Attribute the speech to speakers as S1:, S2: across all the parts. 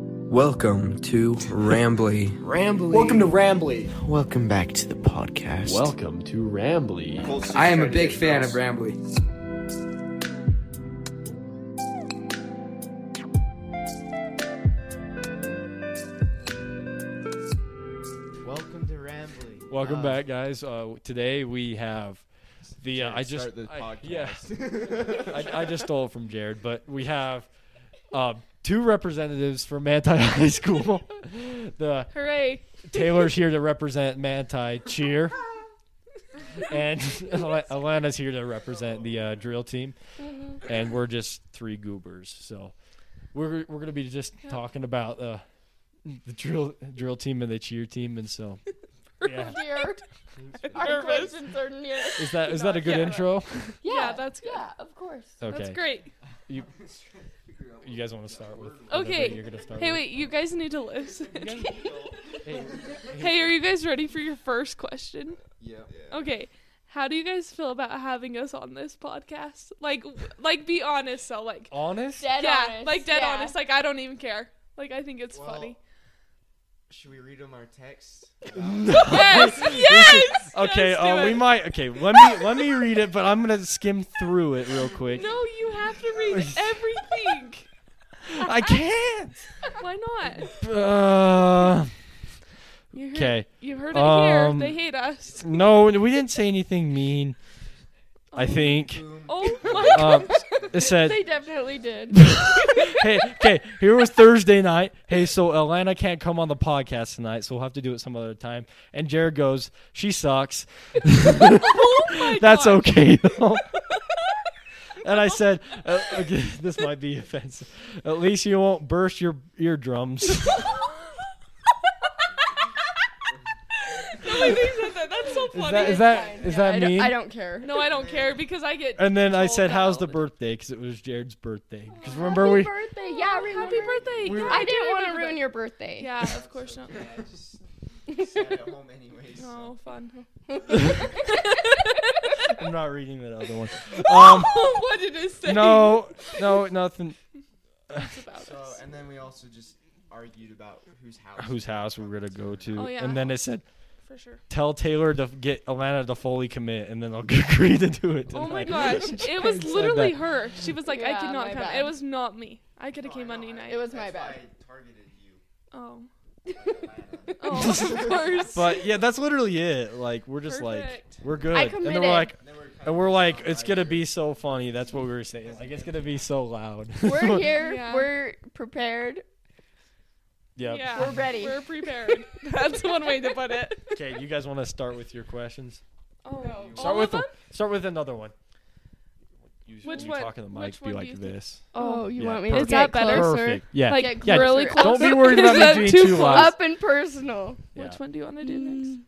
S1: Welcome to Rambly.
S2: Rambly.
S3: Welcome to Rambly.
S4: Welcome back to the podcast.
S2: Welcome to Rambly.
S1: I am a big fan of Rambly.
S4: Welcome to Rambly.
S5: Welcome
S4: Uh,
S5: back, guys. Uh, today we have the. Uh, I just
S6: start the
S5: I,
S6: podcast.
S5: yeah, I, I just stole it from Jared, but we have uh, two representatives from Manti High School. the
S7: Hooray!
S5: Taylor's here to represent Manti Cheer, and Al- Alana's here to represent the uh, drill team,
S7: Mm-hmm.
S5: and we're just three goobers. So we're we're gonna be just talking about uh, the drill drill team and the cheer team, and so yeah.
S7: Weird.
S8: Our grades in third and year.
S5: Is that is that a good
S7: Yeah.
S5: intro?
S8: Yeah,
S7: Yeah, that's good.
S8: Yeah, of course.
S5: Okay.
S7: That's great.
S5: You, you guys want to start with?
S7: Okay.
S5: whatever You're gonna start
S7: Hey,
S5: with?
S7: wait, you guys need to listen.
S5: Hey,
S7: hey, are you guys ready for your first question?
S6: Yeah.
S7: Okay. How do you guys feel about having us on this podcast? Like, like, be honest. So, like,
S5: honest.
S8: Dead
S7: yeah,
S8: honest.
S7: like dead
S8: yeah.
S7: honest. Like, I don't even care. Like, I think it's
S4: Well-
S7: funny.
S4: Should we read them our text?
S7: Yes, yes.
S5: Okay.
S7: Yes, do
S5: Uh, we
S7: it.
S5: might. Okay. Let me let me read it, but I'm gonna skim through it real quick.
S7: No, you have to read everything.
S5: I can't.
S7: Why not?
S5: Uh,
S7: You heard,
S5: okay.
S7: You heard it
S5: Um,
S7: here. They hate us.
S5: No, we didn't say anything mean. I think.
S7: Oh my god.
S5: Um, it said
S8: They definitely did.
S5: hey, okay, here was Thursday night. Hey, so Atlanta can't come on the podcast tonight, so we'll have to do it some other time. And Jared goes, she sucks. That's
S7: God.
S5: okay, though. and I said, uh, okay, this might be offensive. At least you won't burst your eardrums.
S7: Nobody said that. That's so funny.
S5: Is that, is that, is that
S8: I
S5: mean?
S8: don't, I don't care.
S7: no, I don't care because I get.
S5: And then I
S7: told
S5: said,
S7: that
S5: how's
S7: all
S5: the
S7: time.
S5: birthday? Because it was Jared's birthday. Because remember we.
S8: Happy birthday. Yeah, I remember.
S7: Happy birthday.
S5: We
S7: Yeah,
S5: were-
S8: I
S7: do
S8: didn't want to
S7: remember
S8: ruin
S7: that.
S8: your birthday.
S7: Yeah, of course not.
S4: Yeah, I just sat at home anyways. so.
S7: No fun.
S5: I'm not reading that other one. Um,
S7: what did it say?
S5: no, no, nothing.
S7: It's about
S4: So,
S7: us.
S4: and then we also just argued about whose house.
S5: whose house we were gonna go to.
S7: Oh, yeah.
S5: And then it said,
S7: for sure.
S5: "Tell Taylor to get Alana to fully commit, and then I'll agree to do it."
S7: Oh my
S5: tonight."
S7: gosh, it was
S5: said
S7: literally
S5: that.
S7: her. She was like, I
S8: Yeah,
S7: could not
S8: my
S7: come.
S8: bad.
S7: It was not me. I could have came
S4: I know,
S7: Monday
S4: I-
S7: night.
S8: It was my
S4: That's why
S8: bad.
S4: I targeted you.
S7: oh,
S4: Like,
S7: oh, of course.
S5: But yeah, that's literally it. Like we're just
S7: Perfect.
S5: like we're good,
S8: I
S5: and then
S8: committed.
S5: we're like,
S4: and then kinda
S5: and we're like,
S4: talking
S5: it's
S4: about
S5: gonna
S4: your-
S5: be so funny. That's what we were saying. Like it's gonna be so loud.
S8: We're here.
S7: Yeah.
S8: We're prepared.
S5: yeah.
S7: Yeah,
S8: We're ready.
S7: We're prepared. That's one way to put it.
S5: Okay, you guys want to start with your questions?
S7: Oh,
S5: Start
S7: all
S5: with
S7: of
S5: them?
S7: them?
S5: Start with another one. You,
S7: Which
S5: you
S7: one-
S5: talking to the mic,
S7: which
S5: be
S7: one do
S5: like
S7: you think-
S5: this.
S8: Oh, you
S5: Yeah,
S8: want me to
S5: perfect.
S8: get
S7: Is that better?
S8: closer?
S5: Perfect. Yeah.
S7: Like,
S8: Get
S7: really
S8: closer.
S7: close.
S5: Don't be worried about me
S7: Is that
S5: being
S7: too
S5: too
S7: close?
S5: loud.
S8: Up and personal.
S5: Yeah.
S7: Which one do you want to do
S8: Mm.
S7: next?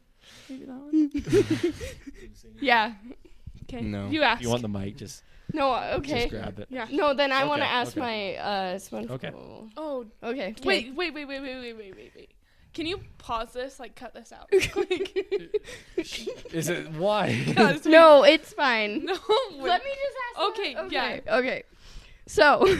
S7: Maybe that one.
S8: Yeah.
S7: Okay.
S1: No.
S7: You ask.
S5: You want the mic? Just,
S8: No.
S5: just
S8: Okay.
S5: grab it.
S7: yeah.
S8: No, then I want to
S5: Okay,
S8: ask
S5: okay.
S8: my uh, SpongeBob.
S5: Okay.
S7: Oh,
S8: Okay.
S7: wait, wait, wait, wait, wait, wait, wait, wait, wait. Can you pause this? Like, cut this out.
S5: Is it why?
S7: Guys, we-
S8: No, it's fine.
S7: No.
S8: Let me just ask. that-
S7: Okay, yeah.
S8: Okay. So,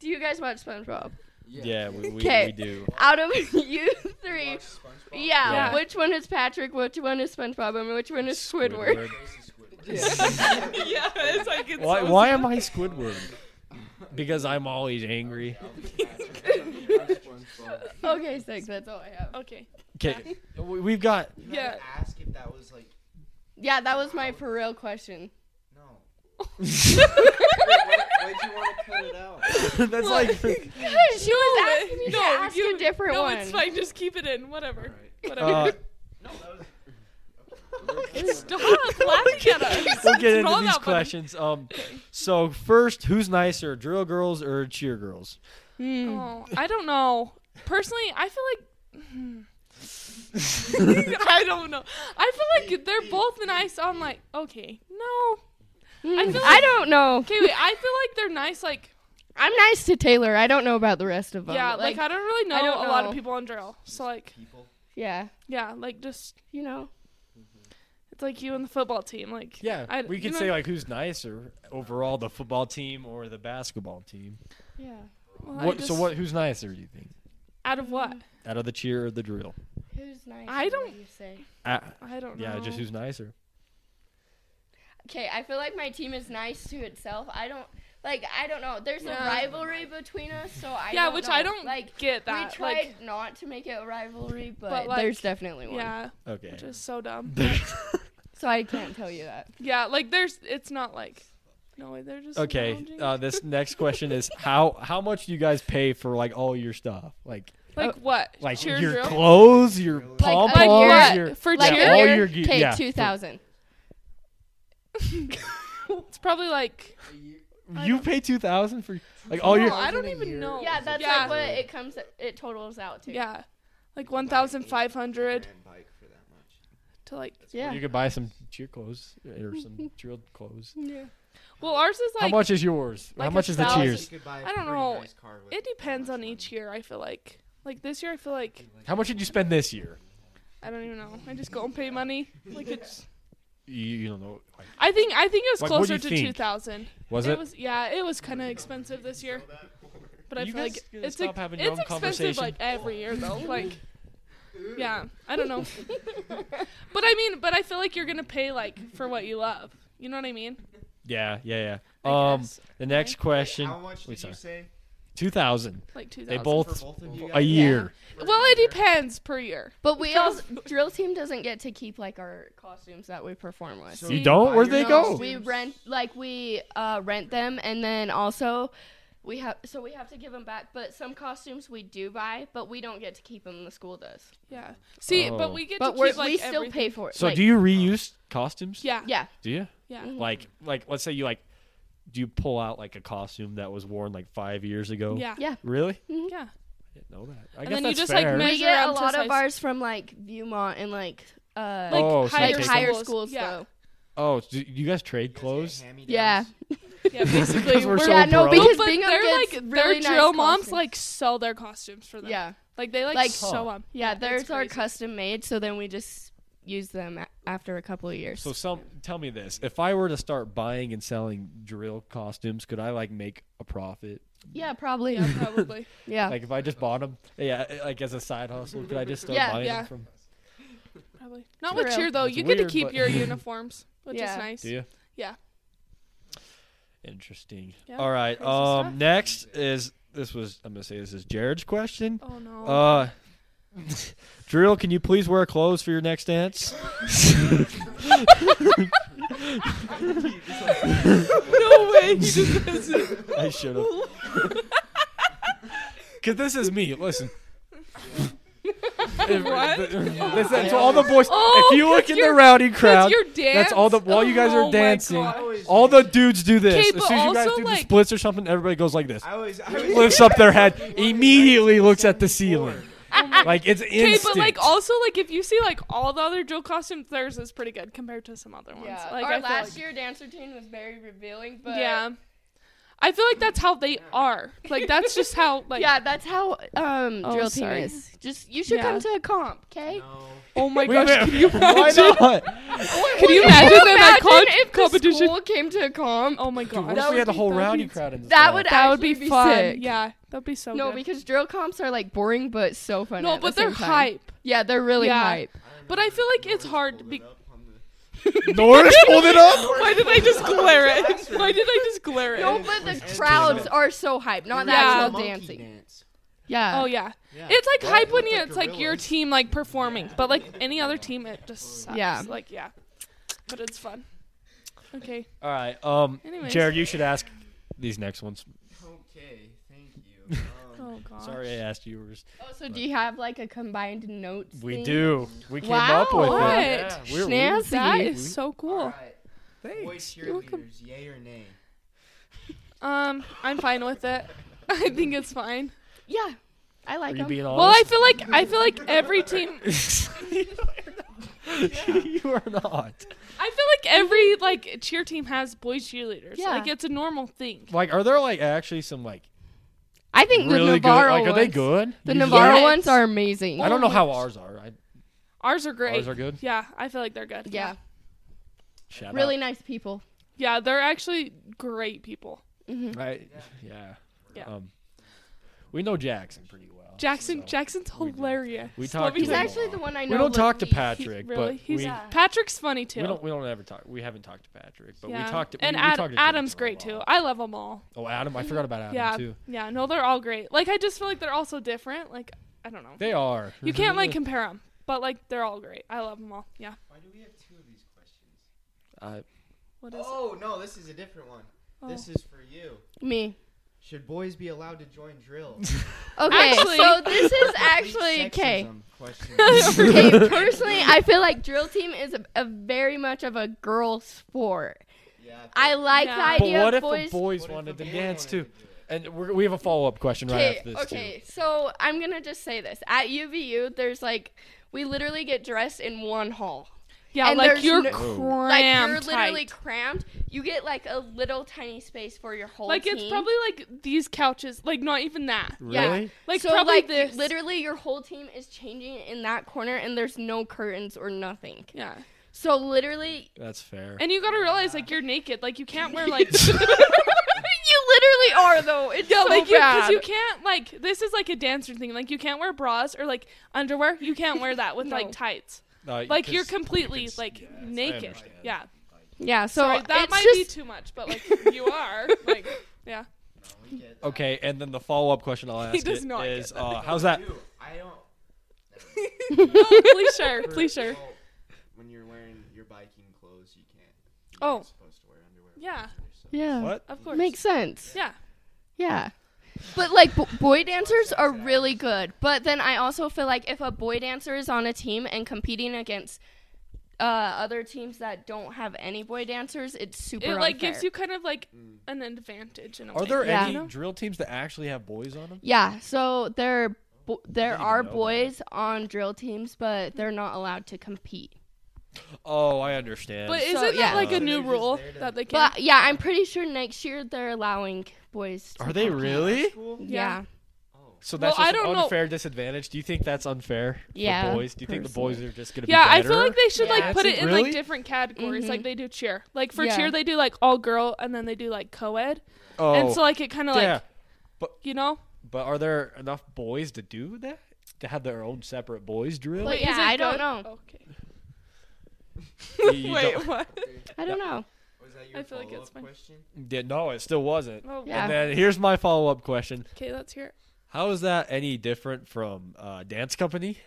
S8: do you guys watch SpongeB?
S5: Yeah, we, we,
S8: Okay.
S5: we do.
S8: Out of you three,
S4: Watch SpongeBob.
S8: yeah,
S7: Yeah.
S8: which one is Patrick? Which one is SpongeBob? And which one is Squidward?
S4: Crazy Squidward.
S7: yeah, it's like it's
S5: Why,
S7: so
S5: why am I Squidward? Because I'm always angry.
S8: okay, six. That's all I have.
S7: Okay.
S5: Okay, we've got.
S4: You had to Ask if that was like
S8: Yeah, that was my for real question.
S4: no. Why- Why'd you want to cut it out?
S5: That's like.
S8: she was asking me to
S7: no,
S8: ask
S7: you-
S8: a different
S7: no,
S8: one.
S7: it's fine. Just keep it in. Whatever.
S5: Uh,
S7: Whatever.
S4: No, that was.
S7: Stop laughing at us.
S5: we'll get into
S7: It's not
S5: these
S7: that funny.
S5: questions. Um, so first, who's nicer, drill girls or cheer girls?
S8: Hmm.
S7: Oh, I don't know. Personally, I feel like I don't know. I feel like they're both nice on like okay. No.
S8: Hmm. I,
S7: feel
S8: don't know.
S7: Okay, wait. I feel like they're nice like
S8: I'm nice to Taylor. I don't know about the rest of them.
S7: yeah, like, I don't really know,
S8: I don't
S7: a lot of
S8: know.
S7: people on drill. So like
S4: People.
S8: yeah,
S7: yeah, like just
S8: you know.
S7: it's like you and the football team like
S5: Yeah,
S7: I-
S5: we
S7: you
S5: could
S7: know-
S5: say like who's nicer overall, the football team or the basketball team.
S8: Yeah.
S7: well, I
S5: What, so
S7: just-
S5: what? Who's nicer? Do you think?
S7: Out of what?
S5: Out of the cheer or the drill?
S8: Who's nice?
S7: I
S8: what
S7: don't-
S8: You say.
S5: Uh,
S7: I don't know.
S5: yeah, just who's nicer.
S8: Okay, I feel like my team is nice to itself. I don't like. I don't know. There's
S7: Yeah.
S8: a rivalry between us, so I
S7: yeah,
S8: don't
S7: which
S8: know.
S7: I don't
S8: like.
S7: get that.
S8: we tried
S7: like,
S8: not to make it a rivalry, but,
S7: like,
S8: there's definitely one.
S7: yeah,
S5: Okay.
S7: which is so dumb.
S8: So I can't tell you that.
S7: yeah, like there's, it's not like, no, they're just
S5: okay.
S7: lounging.
S5: Uh, this next question is how how much do you guys pay for like all your stuff? Like
S7: like what?
S5: Oh, like
S7: Cheer
S5: your
S7: drill?
S5: clothes, your
S2: Like,
S5: pom
S8: Like,
S7: Like
S8: balls,
S5: poms,
S7: what?
S5: your
S7: For
S5: Like,
S7: cheer?
S5: all your ge-
S8: okay,
S5: yeah, for-
S8: two thousand.
S7: it's probably like
S5: you pay two thousand for like all
S7: no,
S5: your
S7: I don't
S4: a
S7: even
S4: year.
S7: know.
S8: Yeah, that's
S7: Oh. Yeah.
S8: like what it comes. It totals out to.
S7: yeah, like one thousand five hundred
S4: Grand bike for that much.
S7: to like.
S8: Yeah.
S5: you could buy some cheer clothes or some drill clothes.
S7: Well, ours is
S5: how
S7: like
S5: much is yours? how
S7: like a
S5: much is the
S7: thousand-
S5: cheers?
S4: You could buy a
S7: I don't
S4: pretty
S7: know.
S4: nice car with
S7: it
S4: that
S7: depends
S4: much
S7: on
S4: money.
S7: each year. I feel like like this year I feel like
S5: How much did you spend this year?
S7: I don't even know. I just go and pay money. Like it's.
S5: You, you don't know. Like,
S7: I think I think it was
S5: Like, what do
S7: closer
S5: you
S7: to
S5: think?
S7: two thousand.
S5: was
S7: it?
S5: it?
S7: was yeah, it was kind of expensive this year. But I
S5: You
S7: feel
S5: guys
S7: like
S5: gotta
S7: it's
S5: stop
S7: ex-
S5: having your
S7: it's
S5: own
S7: expensive
S5: conversation.
S7: like every year though. Like yeah, I don't know. but I mean, but I feel like you're gonna pay like for what you love. You know what I mean?
S5: Yeah, yeah, yeah.
S7: I
S5: Um,
S7: guess,
S5: the next question.
S4: How much
S5: Wait,
S4: did you
S5: sorry.
S4: say?
S5: Two thousand.
S7: like two
S5: They
S7: thousand.
S4: For
S5: both
S4: both of you
S5: a
S4: guys?
S5: year.
S7: Well, it depends per year.
S8: But we all drill team doesn't get to keep like our costumes that we perform with.
S4: So
S5: You
S4: buy
S5: don't?
S4: your
S5: Where'd they
S8: No,
S5: go?
S8: We
S4: costumes.
S8: rent like we uh, rent them, and then also we have so we have to give them back. But some costumes we do buy, but we don't get to keep them. The school does,
S7: Yeah. See, but
S5: Oh.
S7: we get
S8: but
S7: to
S8: we're,
S7: keep like
S8: we still
S7: everything.
S8: pay for it.
S5: So
S8: like-
S5: do you reuse costumes?
S7: Yeah.
S8: Yeah,
S5: Do you?
S7: Yeah.
S8: Mhm.
S5: Like like let's say you like do you pull out like a costume that was worn like five years ago?
S7: Yeah.
S8: Yeah.
S5: Really?
S7: Yeah.
S5: I didn't know that. I guess
S7: And then you
S5: that's
S7: just, like,
S5: fair.
S7: make-
S8: we
S7: measure
S8: get a
S7: up to
S8: lot of
S7: size-
S8: ours from like Viewmont and like uh
S7: Like
S5: Oh, so
S7: higher,
S5: you
S8: like
S5: take
S8: higher
S7: schools.
S8: schools,
S7: Yeah.
S8: though.
S5: oh, do you guys
S4: You
S5: trade
S4: guys get
S5: clothes?
S4: hand-me-downs?
S8: Yeah.
S7: Yeah, basically.
S5: Because we're so
S8: yeah, no,
S5: broke.
S8: because
S7: but
S8: Bingham
S7: they're
S8: gets
S7: like
S8: really
S7: their
S8: nice
S7: drill moms
S8: costumes.
S7: like sell their costumes for them.
S8: yeah,
S7: like they like,
S8: Like-
S7: sew
S5: Huh.
S7: them.
S8: yeah,
S7: it's
S8: theirs are
S7: crazy.
S8: custom made, so then we just use them a- after a couple of years.
S5: So some tell me this. If I were to start buying and selling drill costumes, could I like make a profit?
S8: yeah, probably.
S7: Yeah, probably.
S8: Yeah.
S5: Like if I just bought them, yeah, like as a side hustle, could I just start
S8: Yeah,
S5: buying
S7: yeah.
S5: them from?
S7: probably. Not
S8: For
S7: with
S8: real.
S7: cheer though.
S5: It's
S7: you get
S5: weird,
S7: to keep
S5: but-
S7: your uniforms, which
S8: Yeah.
S7: is nice.
S5: Do you?
S7: Yeah.
S5: Interesting.
S7: Yeah,
S5: All right.
S7: crazy
S5: Um.
S7: stuff.
S5: Next is this was I'm gonna say this is Jared's question.
S7: Oh no.
S5: Uh, Drill, can you please wear clothes for your next dance?
S7: no way. He just does it.
S5: I should have. Cause this is me. Listen.
S7: What?
S5: This- that's all the boys.
S7: Oh,
S5: if you look
S7: 'cause
S5: in the
S7: you're-
S5: rowdy crowd,
S7: That's your dance.
S5: that's all the while you guys
S7: Oh
S5: are
S7: my
S5: dancing,
S7: God.
S4: always
S5: all
S4: do-
S5: the dudes do this.
S7: Okay,
S5: as
S7: but
S5: soon as you guys
S7: also,
S5: do the
S7: like-
S5: splits or something, everybody goes like this.
S4: I always, I always
S5: Lifts up their head, immediately looks at the ceiling. Like it's
S7: Oh Okay,
S5: instant.
S7: but like also like if you see like all the other drill costumes, theirs is pretty good compared to some other ones.
S8: Yeah,
S7: Like
S8: our
S7: I feel
S8: last
S7: like-
S8: year dance routine was very revealing, but
S7: yeah. I feel like that's how they are. Like that's just how like
S8: yeah, that's how um
S7: Oh,
S8: drill
S7: sorry.
S8: team is. Just you should
S7: Yeah.
S8: come to a comp, okay?
S4: No.
S7: Oh my
S5: Wait a
S7: gosh,
S5: minute,
S7: can you
S5: Why
S7: imagine?
S5: not?
S7: Can you imagine that
S8: Imagine
S7: at con-
S8: if the
S7: competition?
S8: school came to a comp.
S7: Oh my
S5: Dude,
S7: god.
S5: what if
S8: That
S5: we
S8: would
S5: had the
S8: be-
S5: whole
S8: that would
S5: rowdy
S8: be-
S5: crowd in the
S8: that
S5: crowd?
S8: would
S7: that would
S8: actually
S7: be,
S8: be
S7: fun.
S8: sick.
S7: Yeah, that'd be so
S8: no,
S7: good.
S8: because drill comps are like boring but so fun.
S7: no,
S8: at
S7: but
S8: the
S7: they're
S8: same time.
S7: hype.
S8: Yeah, they're really
S7: Yeah.
S8: hype.
S7: But I feel like it's hard to be.
S5: Norris pulled it up.
S7: Why did I just glare at? it? Why did I just glare
S8: No,
S7: at? it?
S8: but the
S4: It's
S8: crowds
S4: just-
S8: are so hype, not the
S7: Yeah.
S8: actual dancing. Yeah.
S7: Oh yeah,
S4: Yeah.
S7: it's like
S4: Well,
S7: hype when
S4: look
S7: you,
S4: like
S7: it's like your
S4: gorillas.
S7: team like performing, but like any other team, it just sucks.
S8: Yeah.
S7: like yeah, but it's fun. Okay,
S5: All right, um,
S7: Anyways.
S5: Jared, you should ask these next ones.
S4: Okay, thank you. Um,
S7: oh god.
S5: Sorry, I asked yours.
S8: Oh, so do you have like a combined notes?
S5: We
S8: thing?
S5: do. We came up
S8: Wow,
S5: with
S7: what?
S5: it. Yeah, we're- we-
S8: Snazzy.
S7: That is so cool.
S4: alright. Boy
S5: Thanks.
S7: welcome.
S4: cheerleaders, yay or nay?
S7: Um, I'm fine with it. I think it's fine.
S8: Yeah, I
S5: Are
S8: like
S5: you
S8: them.
S5: being
S7: Well, I
S5: honest?
S7: feel like I feel like every team.
S5: you are not.
S7: I feel like every like cheer team has boy cheerleaders.
S8: Yeah.
S7: Like it's a normal thing.
S5: Like, are there like actually some like
S8: I think the
S5: really good?
S8: Navarro
S5: Like, are they
S8: ones-
S5: good?
S8: The
S5: Usually-
S8: Navarro
S7: Yes.
S8: ones are amazing.
S5: I don't know how ours are. I,
S7: Ours are great.
S5: ours are good.
S7: Yeah, I feel like they're good.
S8: Yeah,
S5: Shout
S8: really nice people.
S7: Yeah, they're actually great people.
S5: Out. Right. Yeah.
S7: Mm-hmm. Yeah.
S5: Um, We know Jackson pretty well.
S7: Jackson.
S5: so
S7: Jackson's
S5: we do.
S7: hilarious.
S5: We
S7: Still
S5: talked to
S7: be
S8: He's
S5: him.
S7: like-
S8: actually the one I know.
S5: we don't talk to
S8: looks-
S5: Patrick,
S7: really,
S5: but
S7: he's
S5: we,
S8: Yeah.
S7: Patrick's funny too.
S5: we don't we don't ever talk. We haven't talked to Patrick, but
S7: yeah.
S5: we talked. To, we-
S7: and
S5: we
S7: Ad-
S5: talked to
S7: Adam's
S5: Jackson a
S7: great
S5: lot.
S7: too. I love them all.
S5: Oh, Adam! I forgot about Adam
S7: yeah,
S5: too.
S7: yeah. No, they're all great. Like I just feel like they're all so different. Like I don't know.
S5: They are.
S7: You
S4: Mm-hmm.
S7: can't like compare them, but like they're all great. I love them all. Yeah.
S4: Why do we have two of these questions?
S5: I-
S7: What is it?
S4: Oh no, this is a different one.
S7: Oh.
S4: This is for you.
S8: Me.
S4: Should boys be allowed to join drill?
S8: Okay,
S7: Actually-
S8: so this is
S4: Complete
S8: actually okay.
S4: sexism question.
S8: okay, personally, I feel like drill team is a, a very much of a girl sport.
S4: yeah.
S8: I like the
S7: Yeah. But
S5: But
S8: idea
S5: what
S8: of
S5: if
S8: boys.
S5: the boys
S4: What if
S5: wanted
S4: the
S5: to
S4: boy
S5: dance too?
S4: wanted to do it?
S5: And we're, we have a follow up question right
S8: Okay,
S5: after this
S8: okay. So I'm gonna just say this: at UVU, there's like we literally get dressed in one hall.
S7: Yeah,
S8: And
S7: like
S8: there's
S7: you're
S8: no-
S7: cramped.
S8: Like you're literally
S7: tight.
S8: cramped. You get like a little tiny space for your whole
S7: like
S8: team.
S7: it's probably like these couches. Like not even that.
S5: too.
S8: yeah.
S5: Really?
S7: Like
S8: so
S7: probably
S8: like
S7: this.
S8: literally your whole team is changing in that corner, and there's no curtains or nothing.
S7: Yeah.
S8: So literally,
S5: That's fair.
S7: And you gotta realize like you're naked. Like you can't wear like
S8: you literally are though. It's
S7: Yeah,
S8: so
S7: like you, because
S8: bad.
S7: you can't like this is like a dancer thing. Like you can't wear bras or like underwear. You can't wear that with like
S8: No.
S7: tights.
S5: No,
S7: Like
S5: 'cause
S7: you're
S5: you
S7: completely
S5: can s-
S7: like
S5: yes, I
S7: naked.
S5: understand.
S7: Yeah.
S8: Yeah, so
S7: Sorry, that
S8: it's
S7: might
S8: just,
S7: be too much, but like you are. Like yeah.
S4: No, Oh, we get that.
S5: Okay, and then the follow up question I'll ask
S7: He does
S5: it
S7: not get
S5: is
S7: that.
S5: uh, how's that?
S4: Dude, I don't.
S7: No, please share.
S4: For-
S7: Please share.
S4: well, when you're wearing your biking clothes, you can't. You're
S7: Oh.
S4: not supposed to wear underwear.
S7: Yeah.
S8: Yeah.
S5: What?
S7: Of course.
S8: Makes sense.
S7: yeah.
S8: Yeah. But like b- boy dancers are really good. But then I also feel like if a boy dancer is on a team and competing against uh, other teams that don't have any boy dancers, it's super.
S7: It like
S8: unfair.
S7: gives you kind of like an advantage in a
S5: Mm. Are
S7: way.
S5: there
S8: Yeah.
S5: any
S8: You
S5: drill teams that actually have boys on them?
S8: Yeah. So there bo- there
S5: even
S8: are
S5: know that.
S8: boys on drill teams, but they're not allowed to compete.
S5: Oh, I understand.
S7: But
S8: So,
S7: isn't that
S8: yeah.
S7: like
S4: So
S7: a new
S4: they're just
S7: rule
S4: there to-
S7: that they can?
S8: But yeah, I'm pretty sure next year they're allowing boys. To
S5: Are they
S8: compete.
S5: really?
S4: Cool.
S8: Yeah.
S4: Oh.
S5: So that's
S7: Well, I
S5: just an
S7: don't know.
S5: unfair disadvantage. Do you think that's unfair for
S8: Yeah,
S5: boys? Do you think the boys are just gonna
S7: Yeah,
S5: be
S7: I
S5: better?
S7: feel like they should
S8: Yeah. Mm-hmm.
S7: like put it in
S5: Really?
S7: like different categories, like they do cheer. Like for
S8: Yeah.
S7: cheer, they do like all girl, and then they do like co-ed,
S5: oh,
S7: and so like it kind of like
S5: yeah.
S7: you know,
S5: But are there enough boys to do that? To have their own separate boys drill?
S8: Like-
S7: Wait,
S8: yeah,
S7: is it
S8: I don't
S7: go-
S8: know.
S7: Okay.
S5: You- you
S7: Wait,
S5: don't-
S7: what?
S8: I don't know.
S4: Was that your
S7: I feel like it's
S4: follow-up
S7: fine.
S4: question?
S5: Yeah, no, it still wasn't.
S7: Oh,
S8: Yeah.
S5: And then here's my follow up question:
S7: Okay, let's hear it.
S5: How is that any different from uh, dance company?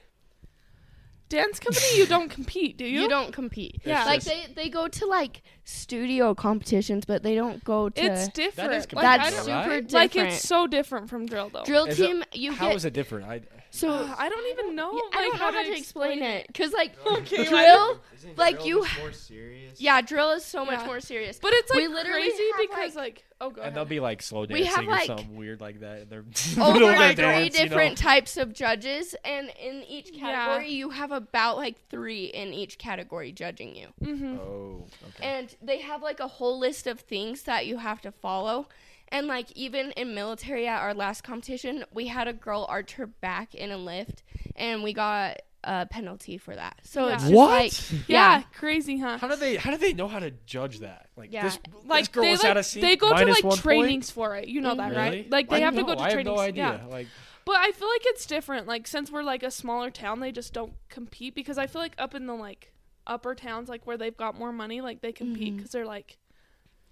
S7: Dance company, you don't compete, do you?
S8: You don't compete.
S7: Yeah.
S8: Like
S5: It's
S8: they, they go to like studio competitions, but they don't go to.
S7: It's different.
S5: That is
S7: like, I
S8: that's
S5: competitive,
S7: don't,
S8: super
S5: right?
S8: different.
S7: like it's so different from drill though.
S8: drill
S5: Is it-
S8: team. you
S5: How
S8: get
S5: is it different? I
S8: so.
S7: Ugh, I don't even know.
S8: Yeah,
S7: like,
S8: I don't know how to explain it because like
S7: Okay,
S8: drill,
S4: Isn't
S8: like
S4: drill
S8: you-
S4: just more serious.
S8: yeah, drill is so much
S7: Yeah.
S8: more serious.
S7: But it's like
S8: We literally
S7: crazy
S8: have,
S7: because like, oh god.
S5: and they'll be like slow
S8: We
S5: dancing
S8: have,
S5: or
S8: like,
S5: something weird like that, and they're
S8: over
S5: their
S8: like three
S5: dance, you know?
S8: different types of judges, and in each
S7: Yeah.
S8: category you have about like three in each category judging you,
S7: hmm
S5: Oh, okay.
S8: and they have like a whole list of things that you have to follow. And like even in military, at our last competition, we had a girl arch her back in a lift, and we got a penalty for that. So it's
S7: Yeah.
S8: just
S5: What?
S8: like
S7: yeah, crazy, huh?
S5: How do they? How do they know how to judge that? Like
S8: Yeah.
S5: this,
S7: like
S5: this girl
S7: they
S5: was
S7: like,
S5: out of sync.
S7: they go
S5: minus
S7: to
S5: one
S7: like
S5: point?
S7: trainings for it. You know that,
S5: Really?
S7: right? Like they
S5: I
S7: have
S5: don't
S7: to go
S5: know.
S7: to trainings.
S5: I have no idea.
S7: Yeah.
S5: Like
S7: But I feel like it's different. Like since we're like a smaller town, they just don't compete because I feel like up in the like upper towns, like where they've got more money, like they compete because they're like,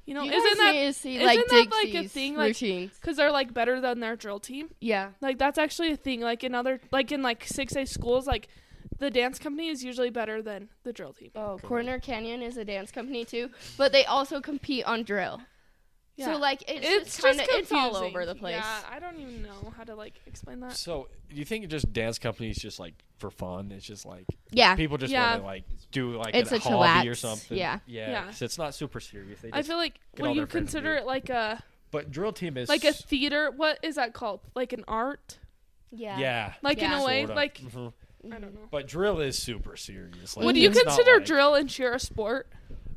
S7: you know,
S8: Mm-hmm. you guys
S7: isn't that
S8: need to see
S7: isn't
S8: like
S7: that, like, a
S8: Dixie's
S7: thing, like-
S8: routines?
S7: because they're like better than their drill team?
S8: Yeah.
S7: Like that's actually a thing. Like in other like in like six A schools, like the dance company is usually better than the drill team.
S8: Oh, Corner Canyon is a dance company too, but they also compete on drill.
S7: Yeah.
S8: So like it's,
S7: It's
S8: kind of
S7: just
S8: it's all
S7: confusing.
S8: over the place.
S7: Yeah, I don't even know how to like explain that.
S5: so, do you think just dance companies just like for fun? It's just like
S8: Yeah.
S5: people just
S7: Yeah.
S5: want to like do like
S8: It's
S5: a
S8: a
S5: hobby or
S8: chillax,
S5: something.
S8: yeah.
S5: yeah.
S7: Yeah.
S5: So it's not super serious. They
S7: I
S5: just,
S7: feel like
S5: get
S7: would
S5: all
S7: you
S5: their friends to
S7: consider
S5: do
S7: it like a
S5: but drill team is
S7: like a theater? What is that called? Like an art?
S8: Yeah.
S5: yeah.
S7: Like in
S8: Yeah.
S7: a way,
S5: sorta.
S7: like
S5: Mhm.
S7: I don't know.
S5: But drill is super serious. Like,
S7: Would you
S5: it's not
S7: consider
S5: like-
S7: drill and cheer a sport?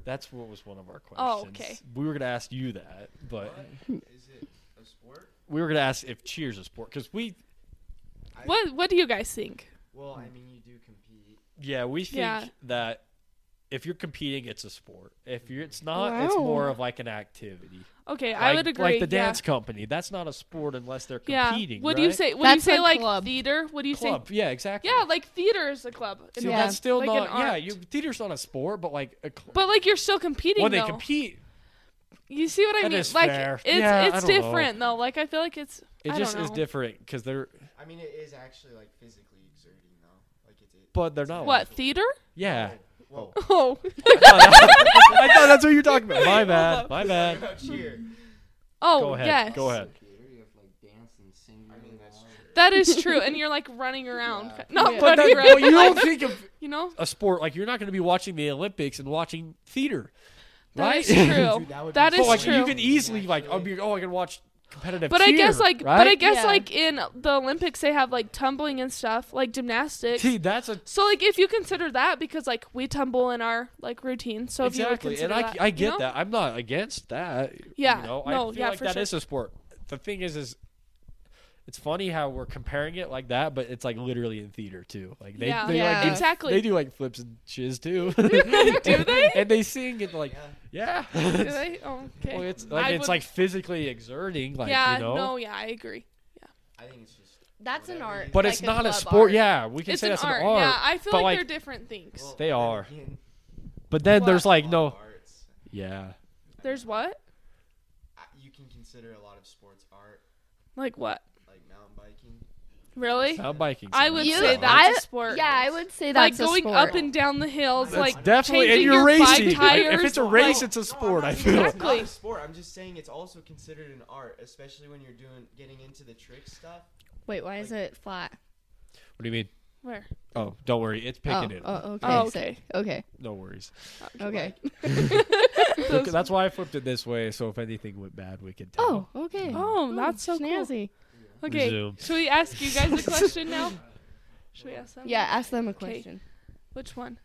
S5: That's what was one of our questions.
S7: Oh, okay.
S5: We were gonna ask you that, but
S4: Is it a sport?
S5: we were gonna ask if cheers a sport because we
S4: I-
S7: What What do you guys think?
S4: Well, I mean, you do compete.
S5: yeah we think
S7: Yeah.
S5: that if you're competing, it's a sport. If you're, it's not, it's more
S8: Wow.
S5: of like an activity.
S7: Okay,
S5: Like,
S7: I would agree.
S5: Like the
S7: yeah.
S5: dance company, that's not a sport unless they're
S7: Yeah.
S5: competing.
S7: Would you
S5: right?
S7: say? Would
S8: That's
S7: you say
S8: a
S7: like
S8: club.
S7: theater? Would you
S5: club?
S7: say?
S5: Yeah, exactly.
S7: Yeah, like theater is a club. in
S5: See,
S7: a
S8: Yeah.
S5: that's still
S7: Like an
S5: not. Yeah,
S7: art.
S5: you, theater's not a sport, but like a cl-
S7: But like you're still competing
S5: when they
S7: though.
S5: compete,
S7: you see what I
S5: That
S7: mean?
S5: is
S7: like
S5: fair.
S7: it's
S5: Yeah, I
S7: it's
S5: don't know.
S7: different though. Like I feel like it's
S5: it
S7: I
S5: just
S7: don't
S5: is
S7: know.
S5: different because they're.
S4: I mean, it is actually like physically exerting though. Like it's it.
S5: But they're not.
S7: What theater?
S5: Yeah.
S4: Whoa.
S7: Oh,
S5: I thought that's what you're talking about. My bad.
S7: up.
S5: My bad.
S4: About cheer.
S7: oh
S5: Go ahead.
S7: yes,
S5: Go ahead.
S4: I mean, that's true.
S7: that is true. And you're like running around,
S4: Yeah.
S7: not
S5: But
S7: running
S5: that,
S7: around.
S5: well, you don't think of
S7: you know
S5: a sport like you're not going to be watching the Olympics and watching theater,
S7: that
S5: right?
S7: is true.
S4: Dude, that would be
S7: that
S5: But,
S7: is
S5: like
S7: true.
S5: you can easily like oh,
S4: Naturally.
S5: be- oh I can watch competitive.
S7: But I guess
S5: cheer,
S7: like
S5: right?
S7: but I guess
S8: Yeah.
S7: like in the Olympics they have like tumbling and stuff, like gymnastics.
S5: see that's a
S7: So like if you consider that because like we tumble in our like routine. So if you would
S5: exactly,
S7: consider
S5: and I,
S7: that,
S5: I
S7: you
S5: get
S7: know?
S5: that. I'm not against that.
S7: Yeah,
S5: you know? I
S7: no,
S5: feel
S7: yeah,
S5: like
S7: for
S5: that
S7: sure.
S5: is a sport. The thing is, is it's funny how we're comparing it like that, but it's like literally in theater too. Like they,
S7: Yeah.
S5: they
S8: Yeah.
S5: like do-
S7: Exactly.
S5: They do like flips and shiz too. do
S7: they?
S5: And they sing it like yeah.
S7: Do they? Oh, okay.
S5: Well, it's like
S7: I
S5: it's
S7: would-
S5: like physically exerting, like
S7: yeah,
S5: you know.
S7: no, yeah, I agree.
S4: I think it's just.
S8: That's an
S4: Whatever.
S8: art.
S5: but
S8: like
S5: it's not a
S8: club
S5: sport.
S8: art.
S5: Yeah, we can
S7: It's
S5: say
S7: an
S5: that's
S7: art.
S5: an art.
S7: Yeah, I feel
S5: but
S7: like,
S5: like,
S7: they're different things.
S4: Well,
S5: They
S4: then
S5: are.
S4: again,
S5: but then
S7: What?
S5: there's like
S4: all
S5: no.
S4: Arts.
S5: Yeah.
S7: There's what?
S4: uh, You can consider a lot of sports art,
S7: Like what?
S4: like mountain biking.
S7: Really?
S5: Sound biking.
S7: I would
S8: You-
S7: say
S8: I-
S7: that's a sport.
S8: Yeah, I would say
S7: like
S8: that's a
S7: going
S8: sport.
S7: up and down the hills,
S5: That's
S7: like
S5: definitely and
S7: changing
S5: you're
S7: your bike
S5: racing. Like,
S7: tires.
S5: if it's a race,
S7: like-
S5: it's a sport.
S4: No,
S5: I
S4: I'm not
S5: feel.
S4: saying it's not
S7: Exactly.
S4: a sport. I'm just saying it's also considered an art, especially when you're doing getting into the trick stuff.
S8: Wait, why is it flat?
S5: What do you mean?
S7: Where?
S5: Oh, don't worry. It's picking
S8: oh,
S5: it. up.
S8: oh, okay.
S7: Oh,
S8: sick. Okay.
S5: No worries.
S8: Okay.
S5: Look, that's why I flipped it this way. So if anything went bad, we could.
S8: Oh,
S5: Tell.
S8: okay.
S7: Oh, that's so cool.
S8: snazzy.
S7: Okay,
S5: Resume.
S7: should we ask you guys a question now? Should we ask them?
S8: Yeah, ask them a question.
S7: question. Which one?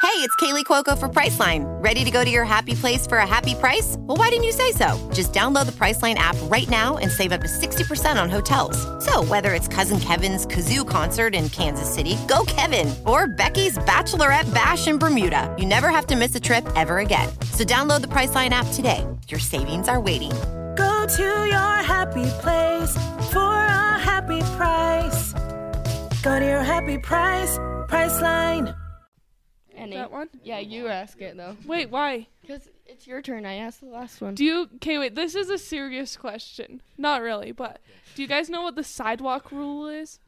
S3: Hey, it's Kaylee Cuoco for Priceline. Ready to go to your happy place for a happy price? Well, why didn't you say so? Just download the Priceline app right now and save up to 60% on hotels. So, whether it's Cousin Kevin's Kazoo concert in Kansas City, go Kevin, or Becky's Bachelorette Bash in Bermuda, you never have to miss a trip ever again. So, download the Priceline app today. Your savings are waiting.
S6: Go to your happy place for a happy price. Go to your happy price, Priceline.
S8: Any?
S7: That one?
S8: Yeah, you ask it though,
S7: Wait, why?
S8: because it's your turn. I asked the last one.
S7: Do you? Okay, wait. This is a serious question. Not really, but do you guys know what the sidewalk rule is?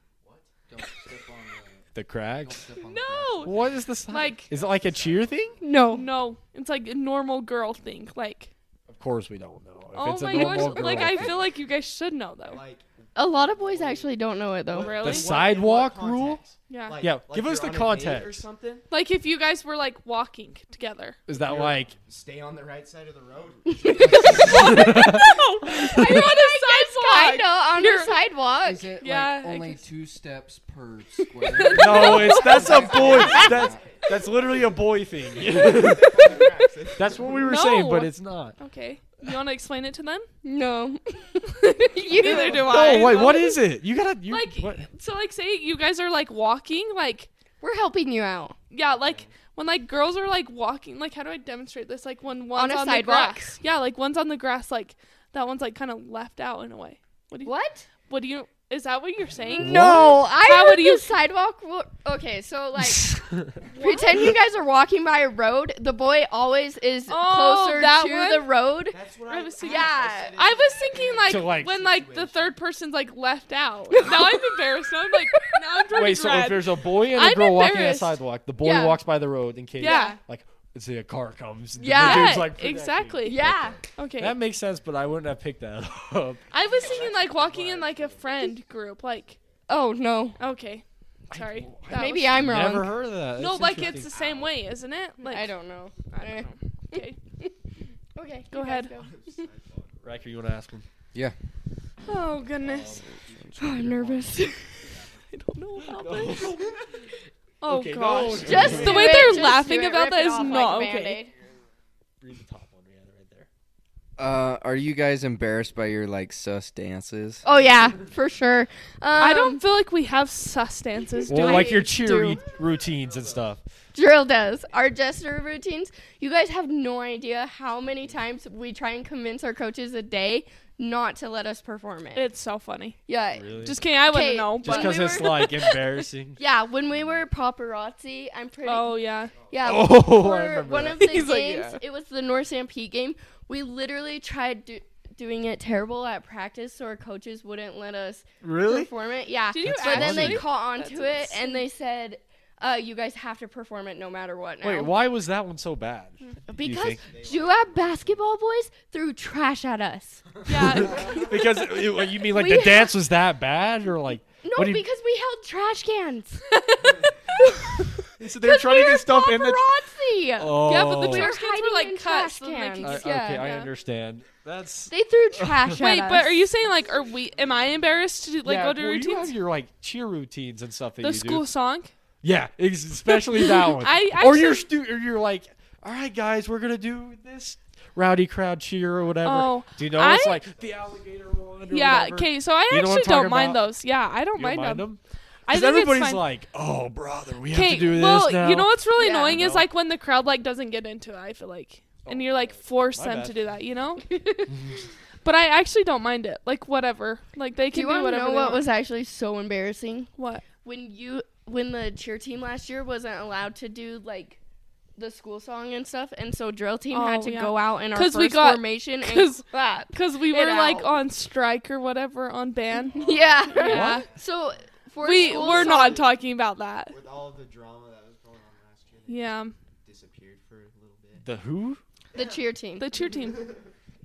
S5: The cracks.
S7: No,
S5: What is this?
S7: Like- Oh
S5: is it like a cheer thing?
S8: no.
S7: no. It's like a normal girl thing. Like,
S5: Of course we don't know. If
S7: oh
S5: it's a
S7: my
S5: normal
S7: gosh!
S5: girl
S7: Like, I
S5: thing.
S7: feel like you guys should know though.
S4: Like
S8: A lot of boys actually don't know it
S4: what-
S8: though.
S7: Really?
S4: in what
S5: sidewalk rule?
S4: context?
S7: Yeah.
S4: Like-
S5: Yeah,
S4: like
S5: give us
S4: you're on
S5: the
S4: a date Or
S5: context.
S4: something.
S7: Like if you guys were like walking together.
S5: is that
S4: You're-
S5: like
S4: stay on the right side of the road.
S7: I on
S8: I
S7: a
S8: know on
S7: You're-
S8: the sidewalk.
S1: Is it
S7: Yeah, I
S1: like only
S7: guess-
S1: two steps per square?
S5: No, it's that's a boy. That's that's literally a boy thing. that's what we were saying, but
S7: No.
S5: it's not.
S7: Okay. You want to explain it to them?
S8: No.
S7: Neither do I.
S5: No, wait, what is it? You gotta you,
S7: Like,
S5: what?
S7: so like say you guys are like walking, like
S8: We're helping you out.
S7: yeah, like when like girls are like walking, like how do I demonstrate this? Like when one's on,
S8: a
S7: the
S8: sidewalk.
S7: grass. Yeah, like one's on the grass, like that one's like kind of left out in a way. What do you?
S8: What?
S7: What do you? Is that what you're saying?
S8: No, I
S7: How
S8: How
S7: would
S8: heard
S7: you-
S8: the sidewalk. Ru- okay, so like, pretend you guys are walking by a road. The boy always is
S7: Oh,
S8: closer
S7: that
S8: to
S7: one?
S8: the road.
S4: That's what
S7: I
S4: I
S7: was
S4: I-
S7: thinking-
S4: I said it.
S7: I was thinking like,
S5: To, like,
S7: when like the
S4: situation.
S7: third person's like left out. now I'm embarrassed. Now I'm like now I'm turning
S5: Wait, so if
S7: red.
S5: there's a boy and a
S7: I'm
S5: girl walking on a
S7: embarrassed.
S5: sidewalk, the boy
S8: Yeah.
S5: walks by the road in case
S7: Yeah.
S5: like say a car comes. and
S8: Yeah,
S5: the
S7: yeah,
S5: dude's, like, protecting.
S7: exactly.
S8: Yeah.
S7: Okay.
S5: That makes sense, but I wouldn't have picked that up.
S7: I was thinking like walking in like a friend group. Like
S8: Oh no.
S7: okay, sorry. That
S8: Maybe
S7: was-
S8: I'm wrong.
S5: Never heard of that.
S7: No,
S5: That's
S7: like it's
S5: interesting.
S7: the same way, isn't it? Like
S8: I don't know. I don't know.
S7: Okay.
S8: Okay,
S7: Go
S8: you guys
S7: ahead.
S5: Riker, you want to ask him?
S7: Oh goodness.
S8: Oh, I'm nervous.
S7: I don't know about this. Oh
S5: Okay,
S7: gosh.
S5: no.
S8: just
S7: The
S8: do
S7: way
S8: it,
S7: they're
S8: just do
S7: laughing
S8: it,
S7: about
S8: rip
S7: that
S8: it
S7: is
S8: off like
S7: not
S8: a
S7: okay.
S8: Band-Aid.
S5: Read the top one, yeah, right there.
S9: Uh, are you guys embarrassed by your like sus dances?
S8: Oh yeah, for sure. Um,
S7: I don't feel like we have sus dances. do
S5: Well,
S7: we?
S5: like your
S8: do.
S5: cheer routines and stuff.
S8: Drill does our gesture routines. You guys have no idea how many times we try and convince our coaches a day not to let us perform it.
S7: It's so funny.
S8: yeah,
S7: Just kidding. I wouldn't
S8: Okay,
S7: know.
S5: Just
S8: When
S7: But
S5: because
S8: we
S5: it's
S8: were-
S5: like embarrassing.
S8: yeah. When we were paparazzi, I'm pretty.
S7: oh yeah,
S8: Yeah.
S5: Oh,
S8: for
S5: I remember.
S8: one
S5: that.
S8: of the games,
S7: He's like, yeah.
S8: it was the North Stampede game. We literally tried do- doing it terrible at practice, so our coaches wouldldn't let us
S9: Really?
S8: perform it. Yeah.
S7: Did you
S8: but then they
S7: actually?
S8: caught on
S7: That's
S8: to it and they said, uh, "You guys have to perform it no matter what." Now.
S5: Wait, why was that one so bad?
S8: Because
S5: think?
S8: Juab basketball boys threw trash at us.
S7: yeah.
S5: Because you you mean like
S8: We
S5: the
S8: had-
S5: dance was that bad, or like
S8: No,
S5: what do you,
S8: because we held trash cans.
S5: so they're trying to
S8: We're
S5: get stuff in the.
S8: paparazzi.
S5: Oh. Uh,
S7: yeah, but the
S8: We were
S7: trash cans
S8: hiding
S7: were
S8: in
S7: like cut.
S8: trash
S7: so like, you
S8: cans.
S5: I-
S7: could-
S5: okay,
S8: yeah,
S5: I
S8: yeah.
S5: understand. That's
S8: They threw trash at
S7: Wait,
S8: us.
S7: but are you saying like, are we? Am I embarrassed to like
S5: yeah,
S7: go to
S5: well, You have
S7: routines?
S5: your like cheer routines and stuff that
S7: The
S5: you
S7: school
S5: do.
S7: song.
S5: Yeah, ex- especially that one.
S7: I
S5: or you're
S7: actually-
S5: stu- or you're like, all right, guys, we're gonna do this rowdy crowd cheer or whatever.
S7: Oh,
S5: do you know
S7: I-
S5: it's like the alligator one? Or
S7: Yeah.
S5: whatever.
S7: Okay. So I
S5: You know what I'm
S7: actually don't
S5: talking
S7: mind
S5: about?
S7: those. Yeah,
S5: You
S7: I don't
S5: don't
S7: mind,
S5: mind
S7: them.
S5: them?
S7: I
S5: Because
S7: think it's
S5: everybody's
S7: fine.
S5: like, oh brother, we have
S7: Okay.
S5: to do this
S7: Well,
S5: now.
S7: you know what's really
S8: Yeah.
S7: annoying is
S5: No.
S7: like when the crowd like doesn't get into it. I feel like, and you're like force
S5: Oh, my
S7: them
S5: bad.
S7: to do that. You know. but I actually don't mind it. Like whatever. Like they
S8: Do
S7: can
S8: you
S7: do,
S8: want to
S7: whatever.
S8: know
S7: they
S8: what
S7: want.
S8: was actually so embarrassing?
S7: what?
S8: When you when the cheer team last year wasn't allowed to do like the school song and stuff, and so drill team had
S7: Oh,
S8: to
S7: yeah.
S8: go out in our
S7: 'Cause
S8: first
S7: we got-
S8: formation and
S7: 'cause-
S8: clap.
S7: Because we
S8: It
S7: were like
S8: out.
S7: on strike or whatever on ban.
S8: Yeah.
S7: Yeah.
S8: So for
S7: we
S8: school
S7: we're
S8: song-
S7: not talking about that.
S4: With all of the drama that was going on last year, they
S7: Yeah.
S4: disappeared for a little bit.
S5: the who?
S8: the cheer team.
S7: The cheer team.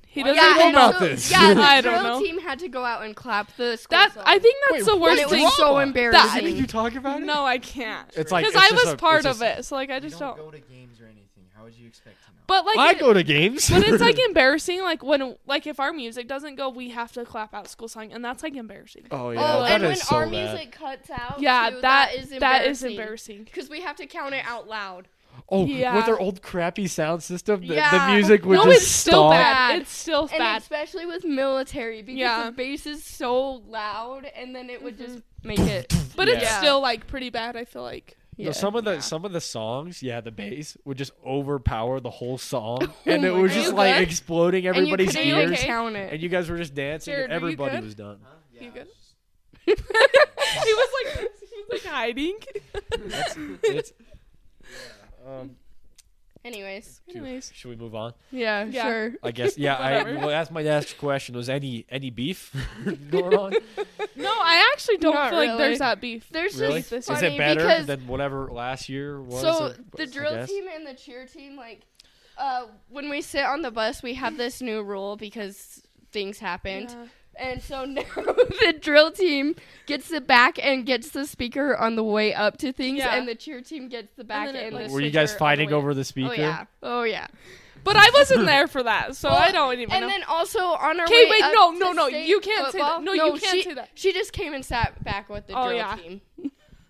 S7: He doesn't
S8: yeah,
S7: know
S8: and
S5: about
S8: so-
S5: this.
S8: Yeah, the
S7: I don't
S8: drill
S7: know.
S8: team had to go out and clap the school
S7: That
S8: song.
S7: I think
S5: Wait,
S7: that's the
S5: what
S7: worst
S8: and it
S5: is
S7: thing.
S8: was so
S5: That-
S8: embarrassing.
S5: Did you talk about it?
S7: No, I can't.
S5: It's like
S7: Because
S5: it's
S7: I
S5: just
S7: was
S5: a-
S7: part
S5: it's
S7: of
S5: just-
S7: it, so like I
S4: You
S7: just
S4: don't,
S7: don't.
S4: go to games or anything. How would you expect to know?
S7: But like,
S5: I
S7: it-
S5: go to games,
S7: but it's like embarrassing. Like when, like if our music doesn't go, we have to clap out school song, and that's like embarrassing.
S5: oh yeah,
S8: Oh,
S5: that
S8: and
S5: is
S8: when
S5: so
S8: our
S5: bad.
S8: music cuts out,
S7: yeah,
S8: too,
S7: that
S8: is embarrassing.
S7: that is embarrassing.
S8: Because we have to count it out loud.
S5: Oh,
S7: Yeah.
S5: with our old crappy sound system, the,
S8: Yeah.
S5: the music would
S7: no,
S5: just
S7: it's still
S5: stop.
S7: bad. It's still
S8: and
S7: bad.
S8: especially with military because
S7: Yeah. Mm-hmm.
S8: the bass is so loud and then it would just make it
S7: But it's
S8: Yeah.
S7: still like pretty bad. I feel like.
S5: No, some of the some of the songs, yeah, the bass would just overpower the whole song, and it
S8: Oh my
S5: was
S8: God.
S5: just
S8: Are you
S5: like
S8: good?
S5: exploding everybody's
S8: and you couldn't even
S5: ears.
S8: count it.
S5: And you guys were just dancing,
S7: Jared,
S5: and
S7: are you
S5: everybody
S7: good?
S5: was done.
S4: huh? Yeah,
S7: You
S4: I
S7: good?
S4: was just-
S7: he was like he was like hiding.
S5: It's- um,
S8: Anyways,
S5: shoot,
S7: Anyways.
S5: should we move on?
S8: yeah,
S7: Yeah.
S8: sure.
S5: I guess. Yeah, I
S7: Whatever.
S5: well, that's my last question. Was any any beef going on?
S7: no, I actually don't
S8: Not
S7: feel like
S8: really.
S7: there's that beef.
S8: There's
S5: really?
S8: just
S5: Is
S8: funny
S5: it better
S8: because
S5: than whatever last year was?
S8: so
S5: or- I
S8: the drill
S5: guess?
S8: team and the cheer team like uh, when we sit on the bus, we have this new rule because things happened.
S7: Yeah.
S8: And so now the drill team gets the back and gets the speaker on the way up to things,
S7: Yeah.
S8: and the cheer team gets the back
S7: then
S8: and,
S7: it, like,
S8: the
S5: Were you guys
S8: speaker on the
S5: fighting
S8: way-
S5: over the speaker?
S8: Oh yeah, oh yeah.
S7: But I wasn't there for that, so Oh, I don't even
S8: And
S7: know.
S8: then also on our
S7: Okay,
S8: way
S7: wait,
S8: up
S7: no,
S8: to
S7: no, no,
S8: state
S7: you can't say that.
S8: football-
S7: No, you can't
S8: she,
S7: say that.
S8: She just came and sat back with the
S7: Oh,
S8: drill
S7: yeah.
S8: team.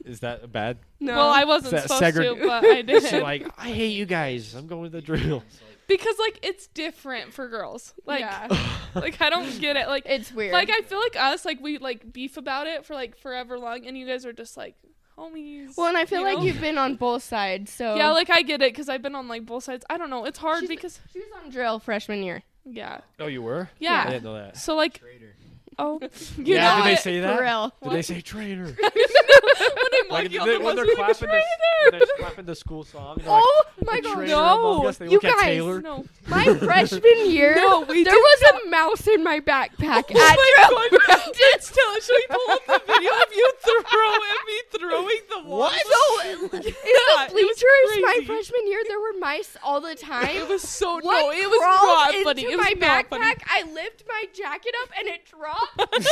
S5: Is that bad?
S8: No.
S7: Well, I wasn't
S5: That
S7: supposed
S5: segre-
S7: to, but I did.
S5: She like, I hate you guys. I'm going to the drill.
S7: because like it's different for girls. Like
S8: yeah.
S7: like I don't get it. Like
S8: it's weird.
S7: like I feel like us like we like beef about it for like forever long, and you guys are just like homies.
S8: well, and I feel
S7: you
S8: like
S7: know?
S8: you've been on both sides, so
S7: Yeah, like I get it because I've been on like both sides. I don't know. It's hard
S8: She's-
S7: because
S8: she was on drill freshman year.
S7: yeah,
S5: Oh, you were?
S7: yeah.
S5: I didn't know that.
S7: So like
S4: Traitor.
S7: oh, you
S5: yeah,
S7: know
S5: did they
S7: it.
S5: say that?
S8: For real.
S5: Did they say traitor?
S7: when I'm
S5: like
S7: walking
S5: they,
S7: on the
S5: when
S7: bus,
S5: they're
S7: like,
S5: clapping the, when
S7: "Traitor!"
S5: they're clapping the school song. and they're like,
S8: Oh my
S5: "The
S8: god,
S5: traitor among
S8: no!
S5: us," they
S8: You
S5: look at
S8: guys,
S5: Taylor.
S7: No,
S8: my freshman year,
S7: No, we
S8: there
S7: did
S8: was a mouse in my backpack at
S7: Oh my
S8: drill
S7: God.
S8: practice.
S7: Tell- should we pull up the video of you throw at me throwing the wall?
S8: So in
S7: Yeah,
S8: the
S7: it was
S8: bleachers, my
S7: crazy.
S8: freshman year, there were mice all the time.
S7: It was so
S8: One
S7: no, it was
S8: crawled
S7: not funny.
S8: into
S7: It was
S8: my
S7: not
S8: backpack.
S7: funny.
S8: I lifted my jacket up and it dropped, and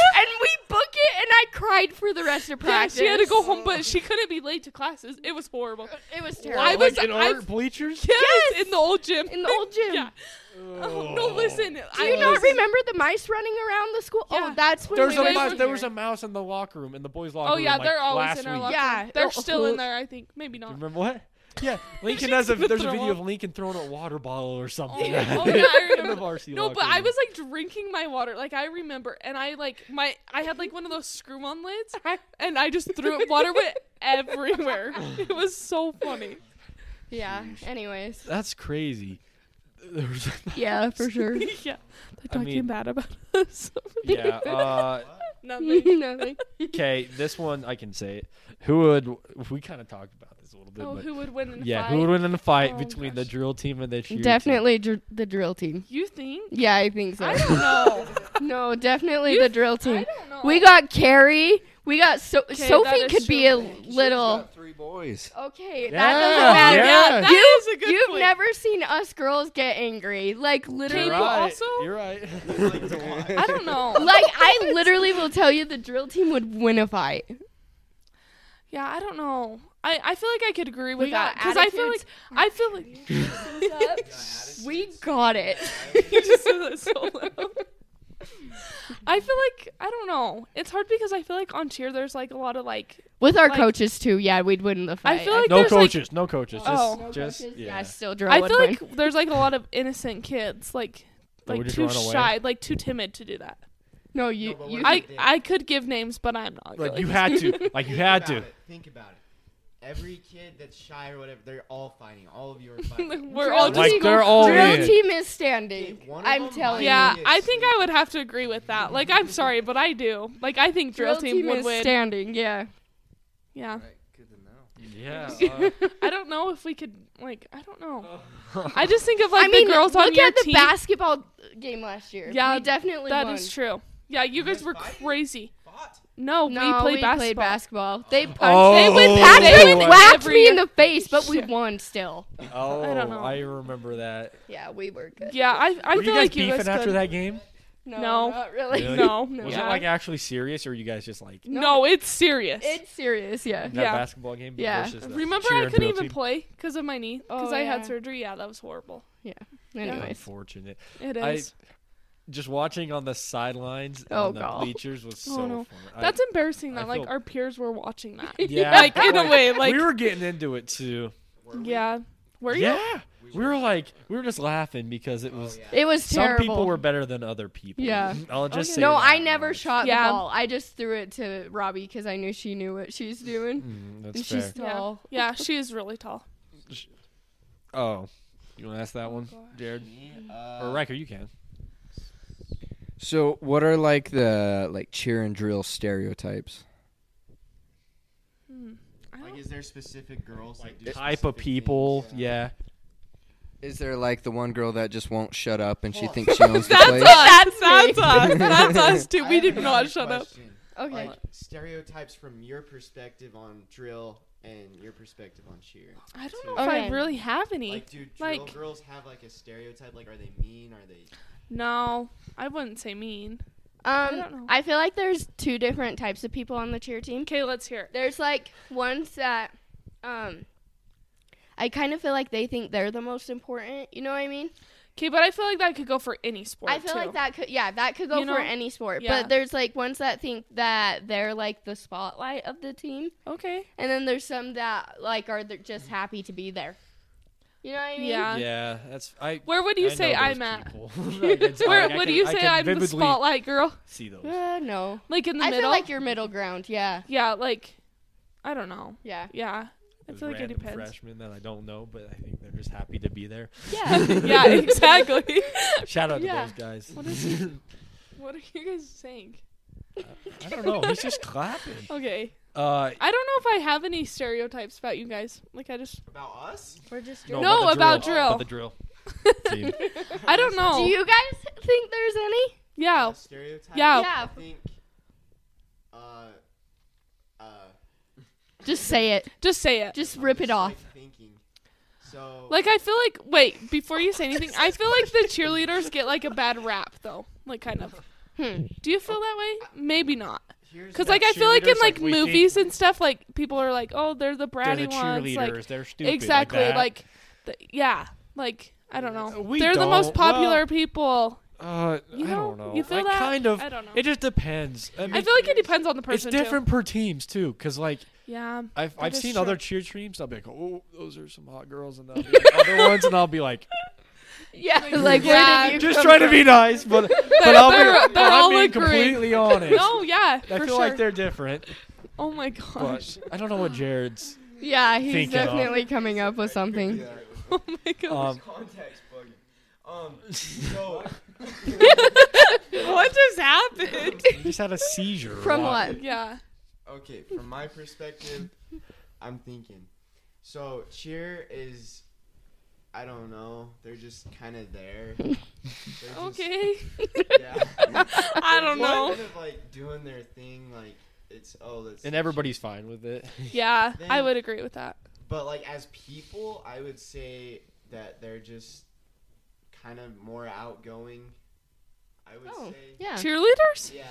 S8: we book it. And I cried for the rest of
S7: Yeah,
S8: practice.
S7: she had to go home, but she couldn't be late to classes. It was horrible.
S8: It was terrible.
S7: I was
S5: like in
S7: I,
S5: our bleachers.
S7: yes, in the old gym.
S8: in the old gym.
S7: yeah. Oh, no, listen.
S8: Do
S7: I
S8: you not
S7: was-
S8: remember the mice running around the school?
S7: Yeah.
S8: Oh, that's when
S5: There was
S8: we
S5: a
S8: were
S5: mouse. There was a
S8: here.
S5: mouse in the locker room in the boys' locker
S7: Oh
S5: room.
S7: yeah,
S5: like,
S7: they're always
S5: last
S7: in our
S5: week.
S7: locker.
S8: Yeah.
S7: They're
S8: Oh,
S7: still
S8: cool.
S7: in there. I think maybe
S5: You
S7: not.
S5: remember what? Yeah, Lincoln has a. There's a video of Lincoln throwing a water bottle or something.
S7: Oh, oh, yeah, I
S5: in the
S7: remember.
S5: varsity
S7: No,
S5: locker
S7: but I
S5: room.
S7: was like drinking my water. Like I remember, and I like my I had like one of those screw-on lids, and I just threw it. Water went everywhere. It was so funny.
S8: Yeah. Anyways.
S5: That's crazy. There was-
S8: Yeah, for sure.
S7: yeah, they're
S5: I
S7: talking
S5: mean-
S7: bad about us.
S5: yeah. Uh,
S7: Nothing.
S8: Nothing.
S5: okay, this one I can say it. Who would? We kind of talked about this a little bit.
S7: Oh,
S5: but
S7: who would win? In a
S5: yeah,
S7: fight?
S5: who would win in a fight
S7: Oh,
S5: between the
S7: gosh.
S5: drill team and the cheer team?
S8: Definitely dr- the drill team.
S7: You think?
S8: Yeah, I think so.
S7: I don't know.
S8: no, definitely
S7: You-
S8: the drill team.
S7: I don't know.
S8: We got Carrie. We got so
S7: Okay,
S8: Sophie
S7: that is
S8: could be a
S7: true.
S8: little.
S9: three boys.
S8: Okay,
S5: Yeah,
S8: that doesn't matter.
S5: yeah.
S7: That
S8: you,
S7: is a good
S8: you've
S7: point.
S8: never seen us girls get angry. Like literally,
S5: You're
S7: People
S5: right.
S7: also-
S5: You're right.
S7: I don't know.
S8: like I literally will tell you the drill team would win a fight.
S7: Yeah, I don't know. I, I feel like I could agree
S8: We
S7: with
S8: got
S7: that because I feel like
S8: attitudes.
S7: I feel like
S8: we got it.
S7: You just said that so loud. I feel like I don't know. It's hard because I feel like on cheer there's like a lot of like
S8: With our
S7: Like-
S8: coaches too, yeah, we'd win the
S7: I
S8: fight.
S7: feel like
S5: no
S7: there's like-
S5: coaches. no coaches. Just,
S7: Oh. No
S5: just yeah.
S8: still draw.
S7: I
S8: would
S7: feel
S8: win.
S7: like there's like a lot of innocent kids like
S5: That would
S7: like
S5: just
S7: too
S5: run away.
S7: shy, like too timid to do that.
S8: no, you.
S4: No, but
S8: you
S4: we're-
S7: I
S4: did.
S7: I could give names, but I'm not.
S5: Like
S7: really.
S5: you had to. Like you
S4: Think
S5: had
S4: about
S5: to.
S4: It. Think about it. Every kid that's shy or whatever, they're all fighting. All of you are fighting.
S7: We're all
S5: Like
S7: just
S8: team-
S5: they're all
S8: drill
S5: in.
S8: team is standing.
S4: One of
S8: I'm
S4: them
S8: telling you.
S7: yeah. I think I would have to agree with that. Like I'm sorry, but I do. Like I think drill, team, would
S8: is
S7: win.
S8: standing. Yeah.
S7: yeah.
S9: Good to know.
S5: Yeah.
S7: I don't know if we could like I don't know. I just think of like
S8: I mean,
S7: the girls
S8: look
S7: on your
S8: at the
S7: team.
S8: basketball game last year.
S7: Yeah,
S8: we definitely
S7: That is
S8: won.
S7: true. Yeah, you guys were crazy.
S4: Fought.
S7: No,
S8: No,
S7: we played basketball.
S8: played basketball. They punched.
S5: Oh.
S8: They
S5: Oh.
S8: went
S5: They
S8: Patrick
S5: won
S8: whacked
S7: every
S8: me in
S7: year.
S8: the face, but we
S7: Shit.
S8: won still.
S5: oh, I,
S7: don't know.
S5: remember that.
S8: Yeah, we were good.
S7: Yeah, I I
S5: Were
S7: feel
S5: you guys
S7: like you
S5: beefing
S7: guys
S5: after
S7: could.
S5: that game?
S8: No,
S7: No.
S8: not really.
S5: Really?
S8: No.
S7: No, no.
S5: Was
S7: yeah.
S5: it like actually serious, or you guys just like
S7: no, it's serious.
S8: It's serious. Yeah.
S5: that
S7: Yeah.
S5: basketball game?
S8: Yeah.
S5: versus the
S7: Remember,
S5: cheer
S7: I
S5: and
S7: couldn't
S5: drill
S7: even
S5: team?
S7: play because of my knee because
S8: Oh,
S7: I
S8: yeah.
S7: had surgery. Yeah, that was horrible.
S8: Anyways.
S5: Unfortunate.
S7: It
S5: I-
S7: is.
S5: Just watching on the sidelines
S8: Oh,
S5: on the
S8: God.
S5: bleachers was so
S7: Oh, no.
S5: fun.
S7: That's embarrassing
S5: I
S7: that like
S5: feel-
S7: our peers were watching that.
S5: yeah,
S7: like in a way, like
S5: we were getting into it too.
S7: yeah. Were you?
S5: Yeah, we were like we were just laughing because it was
S8: It was
S5: some
S8: terrible.
S5: people were better than other people.
S8: Yeah.
S5: I'll just say
S8: no,
S5: that
S8: I never
S5: much.
S8: shot
S7: Yeah.
S8: the ball. I just threw it to Robbie because I knew she knew what she's doing.
S5: Mm,
S8: And
S5: that's
S8: she's
S5: fair.
S7: Yeah.
S8: tall.
S7: yeah, she is really tall.
S5: Oh, you want to ask that one, Jared
S7: Mm.
S4: uh,
S5: or Riker? You can.
S9: So, what are like the like cheer and drill stereotypes?
S4: Like, is there specific girls like do
S5: Type of
S4: specific
S5: people.
S4: things?
S5: Yeah.
S9: Is there like the one girl that just won't shut up and she thinks she owns the
S7: That's
S9: place?
S7: us. That's us. That's us too.
S4: I
S7: We
S4: have
S7: did
S4: another
S7: not shut up.
S4: question.
S8: Okay.
S4: Like stereotypes from your perspective on drill and your perspective on cheer.
S7: I don't know if I
S8: Okay.
S7: really have any.
S4: Like, do drill
S7: Like-
S4: girls have like a stereotype? Like, are they mean? Are they?
S7: no, I wouldn't say mean. don't
S8: um,
S7: know.
S8: I feel like there's two different types of people on the cheer team.
S7: Okay, let's hear it.
S8: There's like ones that, um, I kind of feel like they think they're the most important. You know what I mean?
S7: Okay, but I feel like that could go for any sport.
S8: I feel
S7: too.
S8: like that could, yeah, that could go
S7: You know?
S8: for any sport.
S7: Yeah.
S8: But there's like ones that think that they're like the spotlight of the team,
S7: Okay.
S8: and then there's some that like are th- just happy to be there. You know what I mean?
S7: Yeah. Uh,
S5: yeah, that's I.
S7: Where would you
S5: I
S7: say
S5: know those
S7: I'm at?
S5: people. I can-
S7: Where
S5: I
S7: would
S5: can-
S7: you
S5: I
S7: say
S5: can
S7: I'm the
S5: vividly
S7: spotlight girl?
S5: See those.
S8: Uh, no.
S7: Like in the
S8: I
S7: middle?
S8: feel like you're middle ground. Yeah.
S7: yeah, like I don't know.
S8: Yeah.
S7: Yeah. I
S5: those
S7: feel like it
S5: random
S7: depends.
S5: freshmen that I don't know, but I think they're just happy to be there.
S8: Yeah.
S7: yeah, exactly.
S5: Shout out
S8: Yeah.
S5: to those guys.
S7: What is- what are you guys saying?
S5: I don't know. He's just clapping.
S7: Okay.
S5: Uh,
S7: I don't know if I have any stereotypes about you guys. Like I just
S4: About us?
S8: We're just
S5: no,
S7: No,
S5: about
S7: about
S5: the
S7: drill.
S5: drill. the drill. team.
S7: I don't know.
S8: Do you guys think there's any?
S7: yeah.
S4: Stereotypes.
S7: Oh. Yeah.
S8: Yeah.
S4: I think. Uh. Uh.
S8: Just say it.
S7: Just say it.
S8: Just rip it
S4: just,
S8: off.
S4: like, thinking. So.
S7: Like I feel like wait, before you say anything, I feel like the cheerleaders get like a bad rap though. Like kind of.
S8: Hmm.
S7: Do you feel that way? Maybe not.
S4: here's
S7: Cuz
S4: the-
S7: like I feel like in
S5: cheerleaders,
S7: like
S5: like, we think-
S7: movies and stuff like people are like, "Oh, they're
S5: They're
S7: the bratty
S5: the
S7: ones."
S5: cheerleaders.
S7: Like
S5: they're stupid.
S7: exactly
S5: Like, that.
S7: like, th- yeah like i don't know
S5: We
S7: they're the most
S5: don't.
S7: popular
S5: Well,
S7: people
S5: uh,
S7: You
S5: I don't
S7: know,
S5: know.
S7: you feel
S5: I
S7: that?
S5: kind of.
S7: I don't know.
S5: It just depends. I, mean,
S7: i feel like it depends on the
S5: it's
S7: person too.
S5: different per teams too, because like
S7: Yeah.
S5: I've,
S7: That
S5: I've
S7: is
S5: seen
S7: true.
S5: other cheer teams. I'll be like, oh, those are some hot girls, and I'll be like, other ones, and I'll be like,
S8: Yeah, like
S7: Yeah,
S8: where did you
S5: just
S8: come
S5: trying to
S8: from?
S5: be nice, but but I'll
S7: they're-
S5: be,
S7: they're
S5: I'm
S7: all
S5: being
S7: agreeing.
S5: completely honest.
S7: No, yeah.
S5: I
S7: for
S5: feel
S7: sure.
S5: like they're different,
S7: Oh my gosh.
S5: but I don't know what Jared's.
S8: Yeah, he's
S5: thinking of.
S8: definitely coming up with something.
S7: Oh my gosh.
S5: Um,
S4: Context buggy. Um, so
S5: uh,
S7: what just happened?
S5: he just had a seizure.
S8: From
S5: while-
S8: what?
S7: yeah.
S4: okay, from my perspective, I'm thinking. So cheer is, I don't know. They're just kind of there. They're just-
S7: Okay.
S4: yeah.
S7: I don't know.
S4: Kind of like doing their thing. Like it's oh, that's
S5: And everybody's fine with it.
S7: Yeah, I
S4: Then-
S7: would agree with that.
S4: But like as people, I would say that they're just kind of more outgoing. I would
S8: Oh,
S4: say.
S8: yeah.
S7: Cheerleaders?
S4: Yeah,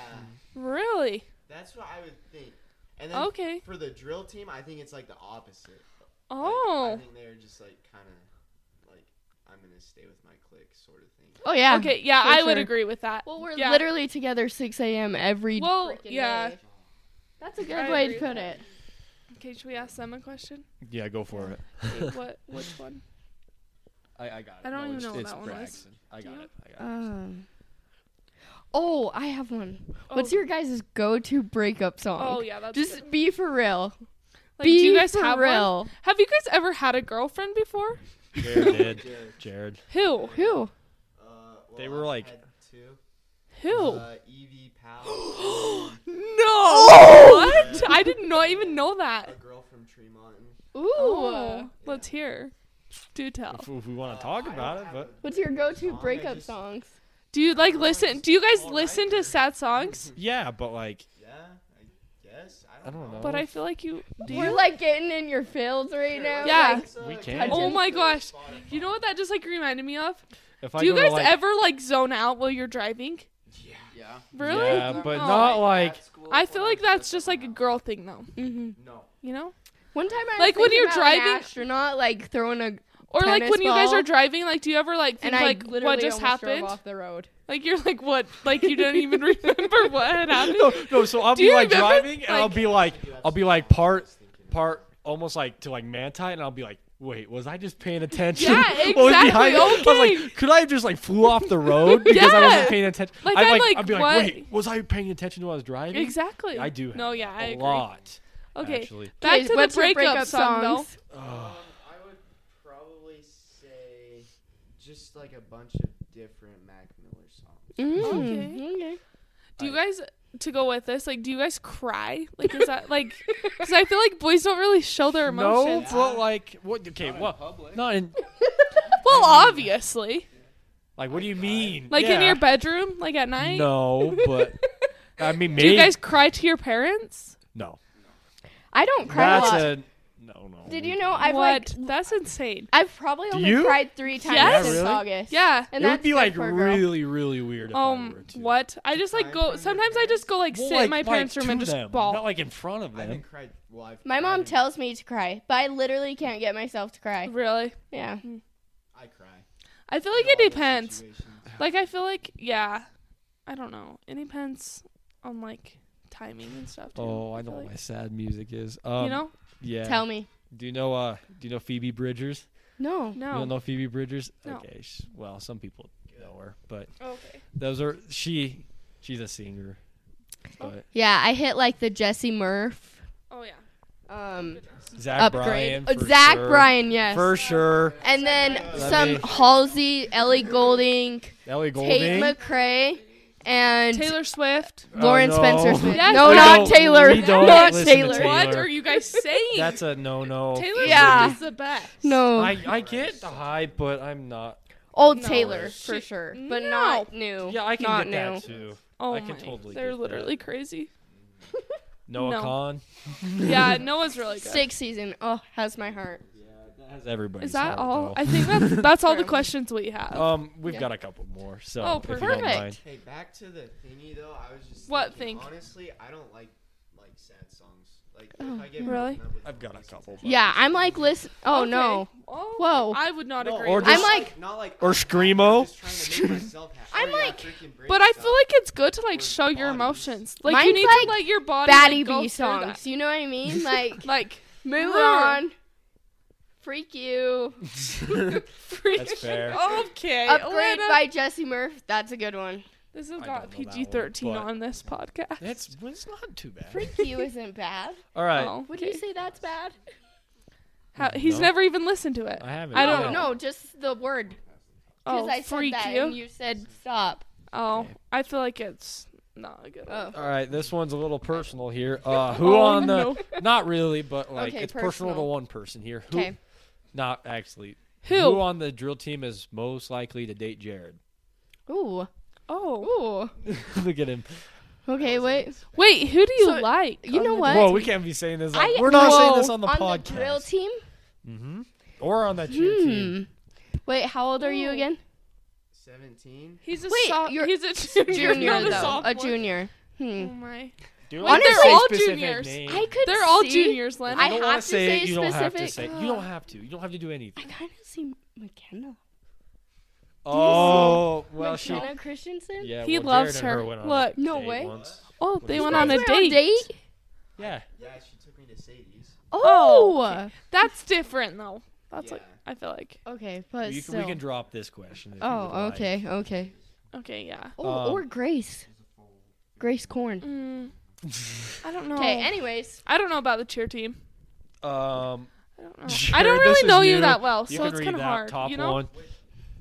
S7: Really?
S4: that's what I would think. And then
S7: Okay.
S4: for the drill team, I think it's like the opposite. Like, I
S7: Oh.
S4: think they're just like kind of like I'm gonna stay with my clique sort of thing.
S8: Oh yeah.
S7: Okay, yeah,
S8: for
S7: I would
S8: sure.
S7: agree with that.
S8: Well, we're
S7: Yeah.
S8: literally together 6 a.m. every
S7: Well,
S8: frickin'
S7: yeah.
S8: day. That's a good
S7: I
S8: way to
S7: agree
S8: put
S7: with
S8: it.
S7: Okay, should we ask them a question?
S5: Yeah, go for it.
S7: Wait, what? Which one?
S5: I, I got it.
S7: I don't
S5: No,
S7: even
S5: it's-
S7: know what
S5: it's
S7: that one was.
S5: Braxton. I
S7: Do
S5: got
S7: you?
S5: it. I got it.
S8: Um. Oh, I have one. What's
S7: Oh.
S8: your guys' go-to breakup song?
S7: Oh yeah, that's
S8: Just
S7: good.
S8: be for real.
S7: Like,
S8: be
S7: do you guys
S8: for
S7: have one?
S8: real.
S7: Have you guys ever had a girlfriend before?
S5: Jared did. Jared.
S7: Who?
S8: Who?
S4: Uh, well,
S5: They were,
S4: I've
S5: like-
S4: had two.
S7: Who?
S4: Uh, Evie Powell, and
S7: no. What? I did not even know
S4: a
S7: that.
S4: girl from Tremont.
S8: Ooh.
S7: Oh, let's hear. Do tell.
S5: If, if we want
S4: Uh,
S5: to talk
S4: I
S5: about
S4: don't
S5: it,
S4: have
S5: but
S8: What's your go-to
S4: Song, I
S8: breakup
S4: just-
S8: songs?
S7: Do you like listen? Do you guys
S4: All
S7: listen
S4: right.
S7: to sad songs?
S5: yeah, but like
S4: a- yeah, I guess I
S5: I
S4: don't,
S5: don't know.
S7: But I feel like you do.
S8: We're
S7: You?
S8: like getting in your fields right now.
S7: Yeah.
S8: like-
S4: know.
S5: We
S4: Uh,
S5: can.
S7: Oh my gosh.
S4: Spotify.
S7: You know what that just like reminded me of?
S5: if I
S7: do you
S5: go to,
S7: guys
S5: like,
S7: ever like zone out while you're driving?
S4: Yeah.
S7: Really?
S5: Yeah, but
S7: Oh.
S5: not like
S4: At school,
S7: I feel
S4: when
S7: like
S4: I'm
S7: that's just
S4: stressed
S7: like a
S4: out.
S7: girl thing though.
S5: Mm-hmm.
S4: No.
S7: You know?
S8: One time I was
S7: Like, when
S8: thinking
S7: you're
S8: about an
S7: driving-
S8: astronaut like throwing a
S7: Or like
S8: Tennis
S7: when you guys
S8: ball.
S7: are driving, like do you ever like think
S8: and I
S7: like
S8: literally
S7: what just
S8: almost drove
S7: happened?
S8: off the road.
S7: Like you're like what? Like you don't even remember what had happened.
S5: no, no. So I'll
S7: Do
S5: be
S7: you
S5: like
S7: remember,
S5: driving, and I'll
S7: like-
S5: be like, I'll be like part, part, almost like to like Manti, and I'll be like, wait, was I just paying attention?
S7: Yeah,
S5: What was
S7: exactly,
S5: behind me? I was
S7: okay.
S5: like, could I have just like flew off the road because I
S7: Yeah.
S5: wasn't paying attention?
S7: Like,
S5: I
S7: I'm
S5: like,
S7: like,
S5: I'd be like,
S7: what?
S5: wait, was I paying attention while I was driving?
S7: Exactly.
S5: I do. Have
S7: No,
S5: that
S7: yeah, I
S5: a
S7: agree.
S5: lot.
S7: Okay.
S5: actually.
S7: Back
S8: Okay,
S7: to the
S8: what's your
S7: breakup, song though.
S8: songs?
S4: Um, I would probably say just like a bunch of different Mac Miller songs.
S8: Mm,
S7: Okay.
S8: okay.
S7: Do you guys to go with this? Like do you guys cry? Like is that like cuz I feel like boys don't really show their
S5: No,
S7: emotions.
S5: but like, what? Okay, what? Not in.
S7: Well, obviously.
S5: Like, what do you mean?
S7: Like in
S5: Yeah.
S7: your bedroom like at night?
S5: No, but I mean,
S7: Do
S5: maybe
S7: you guys cry to your parents?
S5: no.
S8: I don't cry a
S5: That's
S8: lot.
S5: a no, no.
S8: Did you know I've like
S7: what? That's insane.
S8: I've probably only
S5: you?
S8: cried three times
S7: Yeah,
S8: since
S5: really?
S8: August.
S7: Yeah.
S8: and
S5: it
S8: that's
S5: would be
S8: good
S5: like
S8: for a girl.
S5: really, really weird. If I were
S7: Um,
S5: to.
S7: what? I just like
S4: Cry
S7: go.
S4: in front of your
S7: Sometimes I just go like
S5: Well,
S7: sit in my parents' room
S5: to
S7: and just
S5: them,
S7: bawl.
S5: Not like in front of
S4: I
S5: them.
S4: haven't cried. Well, I've
S8: My
S4: I
S8: mom
S4: haven't-
S8: tells me to cry, but I literally can't get myself to cry.
S7: really?
S8: Yeah.
S4: I cry.
S7: I feel like
S4: in all
S7: it
S4: those
S7: depends.
S4: situations.
S7: Like I feel like yeah, I don't know. It depends on like timing and stuff. Too,
S5: Oh, I know
S7: feel
S5: what
S7: like.
S5: my sad music is. Um,
S7: you know?
S5: Yeah.
S8: Tell me.
S5: Do you know? Uh, do you know Phoebe Bridgers?
S8: No.
S5: You
S7: No.
S5: don't know Phoebe Bridgers?
S7: No.
S5: Okay. sh well, some people know her, but
S7: Oh, Okay.
S5: those are she. She's a singer. But
S8: Yeah, I hit like the Jesse Murph
S7: Oh yeah.
S8: um
S5: Zach
S8: upgrade.
S5: Bryan.
S8: Uh,
S5: for
S8: Zach
S5: sure.
S8: Bryan, yes.
S5: For sure.
S8: And then
S5: Let
S8: some
S5: me-
S8: Halsey, Ellie Golding,
S5: Ellie Goulding.
S8: Kate McRae, and
S7: Taylor Swift.
S8: Lauren
S5: Oh, no.
S8: Spencer Smith.
S7: Yes,
S8: no,
S7: we
S8: not
S5: don't-
S8: Taylor.
S5: we don't
S8: Not
S5: listen to
S8: Taylor.
S5: Taylor.
S7: What are you guys saying?
S5: That's a no-no.
S7: Taylor
S8: Yeah.
S7: Swift is the best.
S8: No.
S5: I, I get the hype, but I'm not.
S8: Old
S7: No.
S8: Taylor,
S7: She-
S8: for sure. But
S7: No.
S8: not new.
S5: Yeah, I can
S8: not
S5: get
S8: new.
S5: that too.
S7: Oh
S5: I
S7: my.
S5: can totally
S7: they're
S5: get
S7: literally
S5: that.
S7: crazy.
S5: Noah
S7: No.
S5: Khan
S7: yeah, Noah's really good.
S8: Sixth season. Oh, has my heart.
S5: has everybody.
S7: Is that all? I think that's that's all the questions we have.
S5: Um, we've
S8: Yeah.
S5: got a couple more. So,
S7: Oh,
S5: if you don't
S8: perfect.
S5: mind.
S4: Hey, back to the thingy though. I was just
S7: What
S4: thinking,
S7: thing?
S4: Honestly, I don't like like sad songs. Like
S8: Oh,
S4: if I get
S8: really?
S4: broken up with
S5: I've got a
S4: listen to
S5: couple.
S4: that.
S8: Yeah, I'm like, listen. Oh
S7: Okay.
S8: no,
S7: Oh,
S8: Whoa.
S7: I would not
S5: No,
S7: agree.
S5: or
S7: with
S5: just-
S7: that.
S8: I'm like-
S4: not like
S5: Or
S4: I'm
S5: Screamo.
S4: just trying to make myself happy.
S8: I'm
S4: Or, yeah,
S8: like-
S4: freaking break
S7: But I
S4: stuff.
S7: feel like it's good to like
S4: Or
S7: show your
S4: bodies.
S7: emotions. Like you
S8: Mine's
S7: need
S8: like
S7: to let your body
S8: baddie
S7: like, go
S8: B
S7: through
S8: songs.
S7: that.
S8: You know what I mean? Like,
S7: Like
S8: move
S7: Brr.
S8: on. Freak you.
S5: That's fair.
S7: okay,
S8: Upgrade
S7: Alana.
S8: by Jesse Murph. That's a good one.
S7: This has
S5: I
S7: got
S5: don't know that
S7: PG thirteen
S5: one, but-
S7: on this podcast.
S5: That's well, it's not too bad.
S8: Freak you isn't bad.
S5: All right.
S7: Oh,
S8: Would
S7: okay.
S8: you say that's bad?
S7: How, he's
S5: No.
S7: never even listened to it.
S5: I haven't.
S7: I
S8: No,
S7: don't
S5: Yeah.
S7: know.
S8: no, just the word. Because
S7: Oh,
S8: I said
S7: freak
S8: that
S7: you.
S8: and you said stop.
S7: Oh, I feel like it's not a good.
S8: Oh.
S5: All right, this one's a little personal here. Uh, who
S7: Oh,
S5: on the?
S7: no.
S5: Not really, but like
S8: Okay,
S5: it's personal. to
S8: personal.
S5: one person here. Who?
S8: Okay.
S5: Not actually.
S7: Who?
S5: on the drill team is most likely to date Jared?
S8: Ooh.
S7: Oh,
S8: Ooh.
S5: Look at him.
S8: Okay, wait.
S7: wait, who do you
S8: So,
S7: like?
S8: you
S7: on
S8: know
S7: the-
S8: what?
S5: Whoa, we can't be saying this. on-
S8: I-
S5: we're not saying
S8: whoa,
S5: this on the
S8: On
S5: podcast
S8: the drill team?
S5: hmm or on that cheer
S8: Hmm.
S5: team.
S8: Wait, how old are you
S7: Ooh.
S8: again?
S4: seventeen.
S7: He's a
S8: Wait,
S7: so-
S8: you're-
S7: he's a junior,
S8: Junior,
S7: not a
S8: though.
S7: sophomore.
S8: A junior.
S7: Oh
S8: Hmm.
S7: my.
S5: Do
S7: Wait,
S5: wanna
S7: they're
S5: say
S7: all
S5: specific
S7: juniors.
S5: names?
S8: I could.
S7: They're all
S8: see-
S7: juniors, Len.
S8: I
S5: You don't
S8: have
S5: wanna
S8: to
S5: say,
S8: say
S5: it. You don't have to say.
S8: specific-
S5: You don't have to. You don't have to do anything.
S8: I kind of see McKenna.
S5: Oh, well, she.
S8: McKenna Christensen.
S5: Yeah,
S7: he
S5: well,
S7: loves
S5: Jared and
S7: her.
S5: went on a
S7: Look.
S8: No
S5: date
S8: way.
S5: once.
S7: Oh, they
S5: You
S7: went
S5: guys
S7: on a
S8: went
S7: date.
S8: on a date?
S5: Yeah.
S4: Yeah, she took me to Sadie's.
S8: Oh.
S7: That's different, though. That's like I feel like.
S8: Okay, but
S5: You can, we can drop this question. if you would
S8: Uh, Oh,
S5: like.
S8: okay, okay.
S7: Okay, yeah.
S8: Oh,
S5: Um,
S8: or Grace. Grace Corn.
S7: Mm, I don't know.
S8: Okay. Anyways,
S7: I don't know about the cheer team.
S5: Um,
S7: I don't know. I
S5: Jared,
S7: don't
S5: this
S7: really
S5: is
S7: know you
S5: new.
S7: that well,
S5: You
S7: so
S5: can
S7: it's
S5: read
S7: kind of
S5: that
S7: hard.
S5: Top
S7: you know?
S5: one,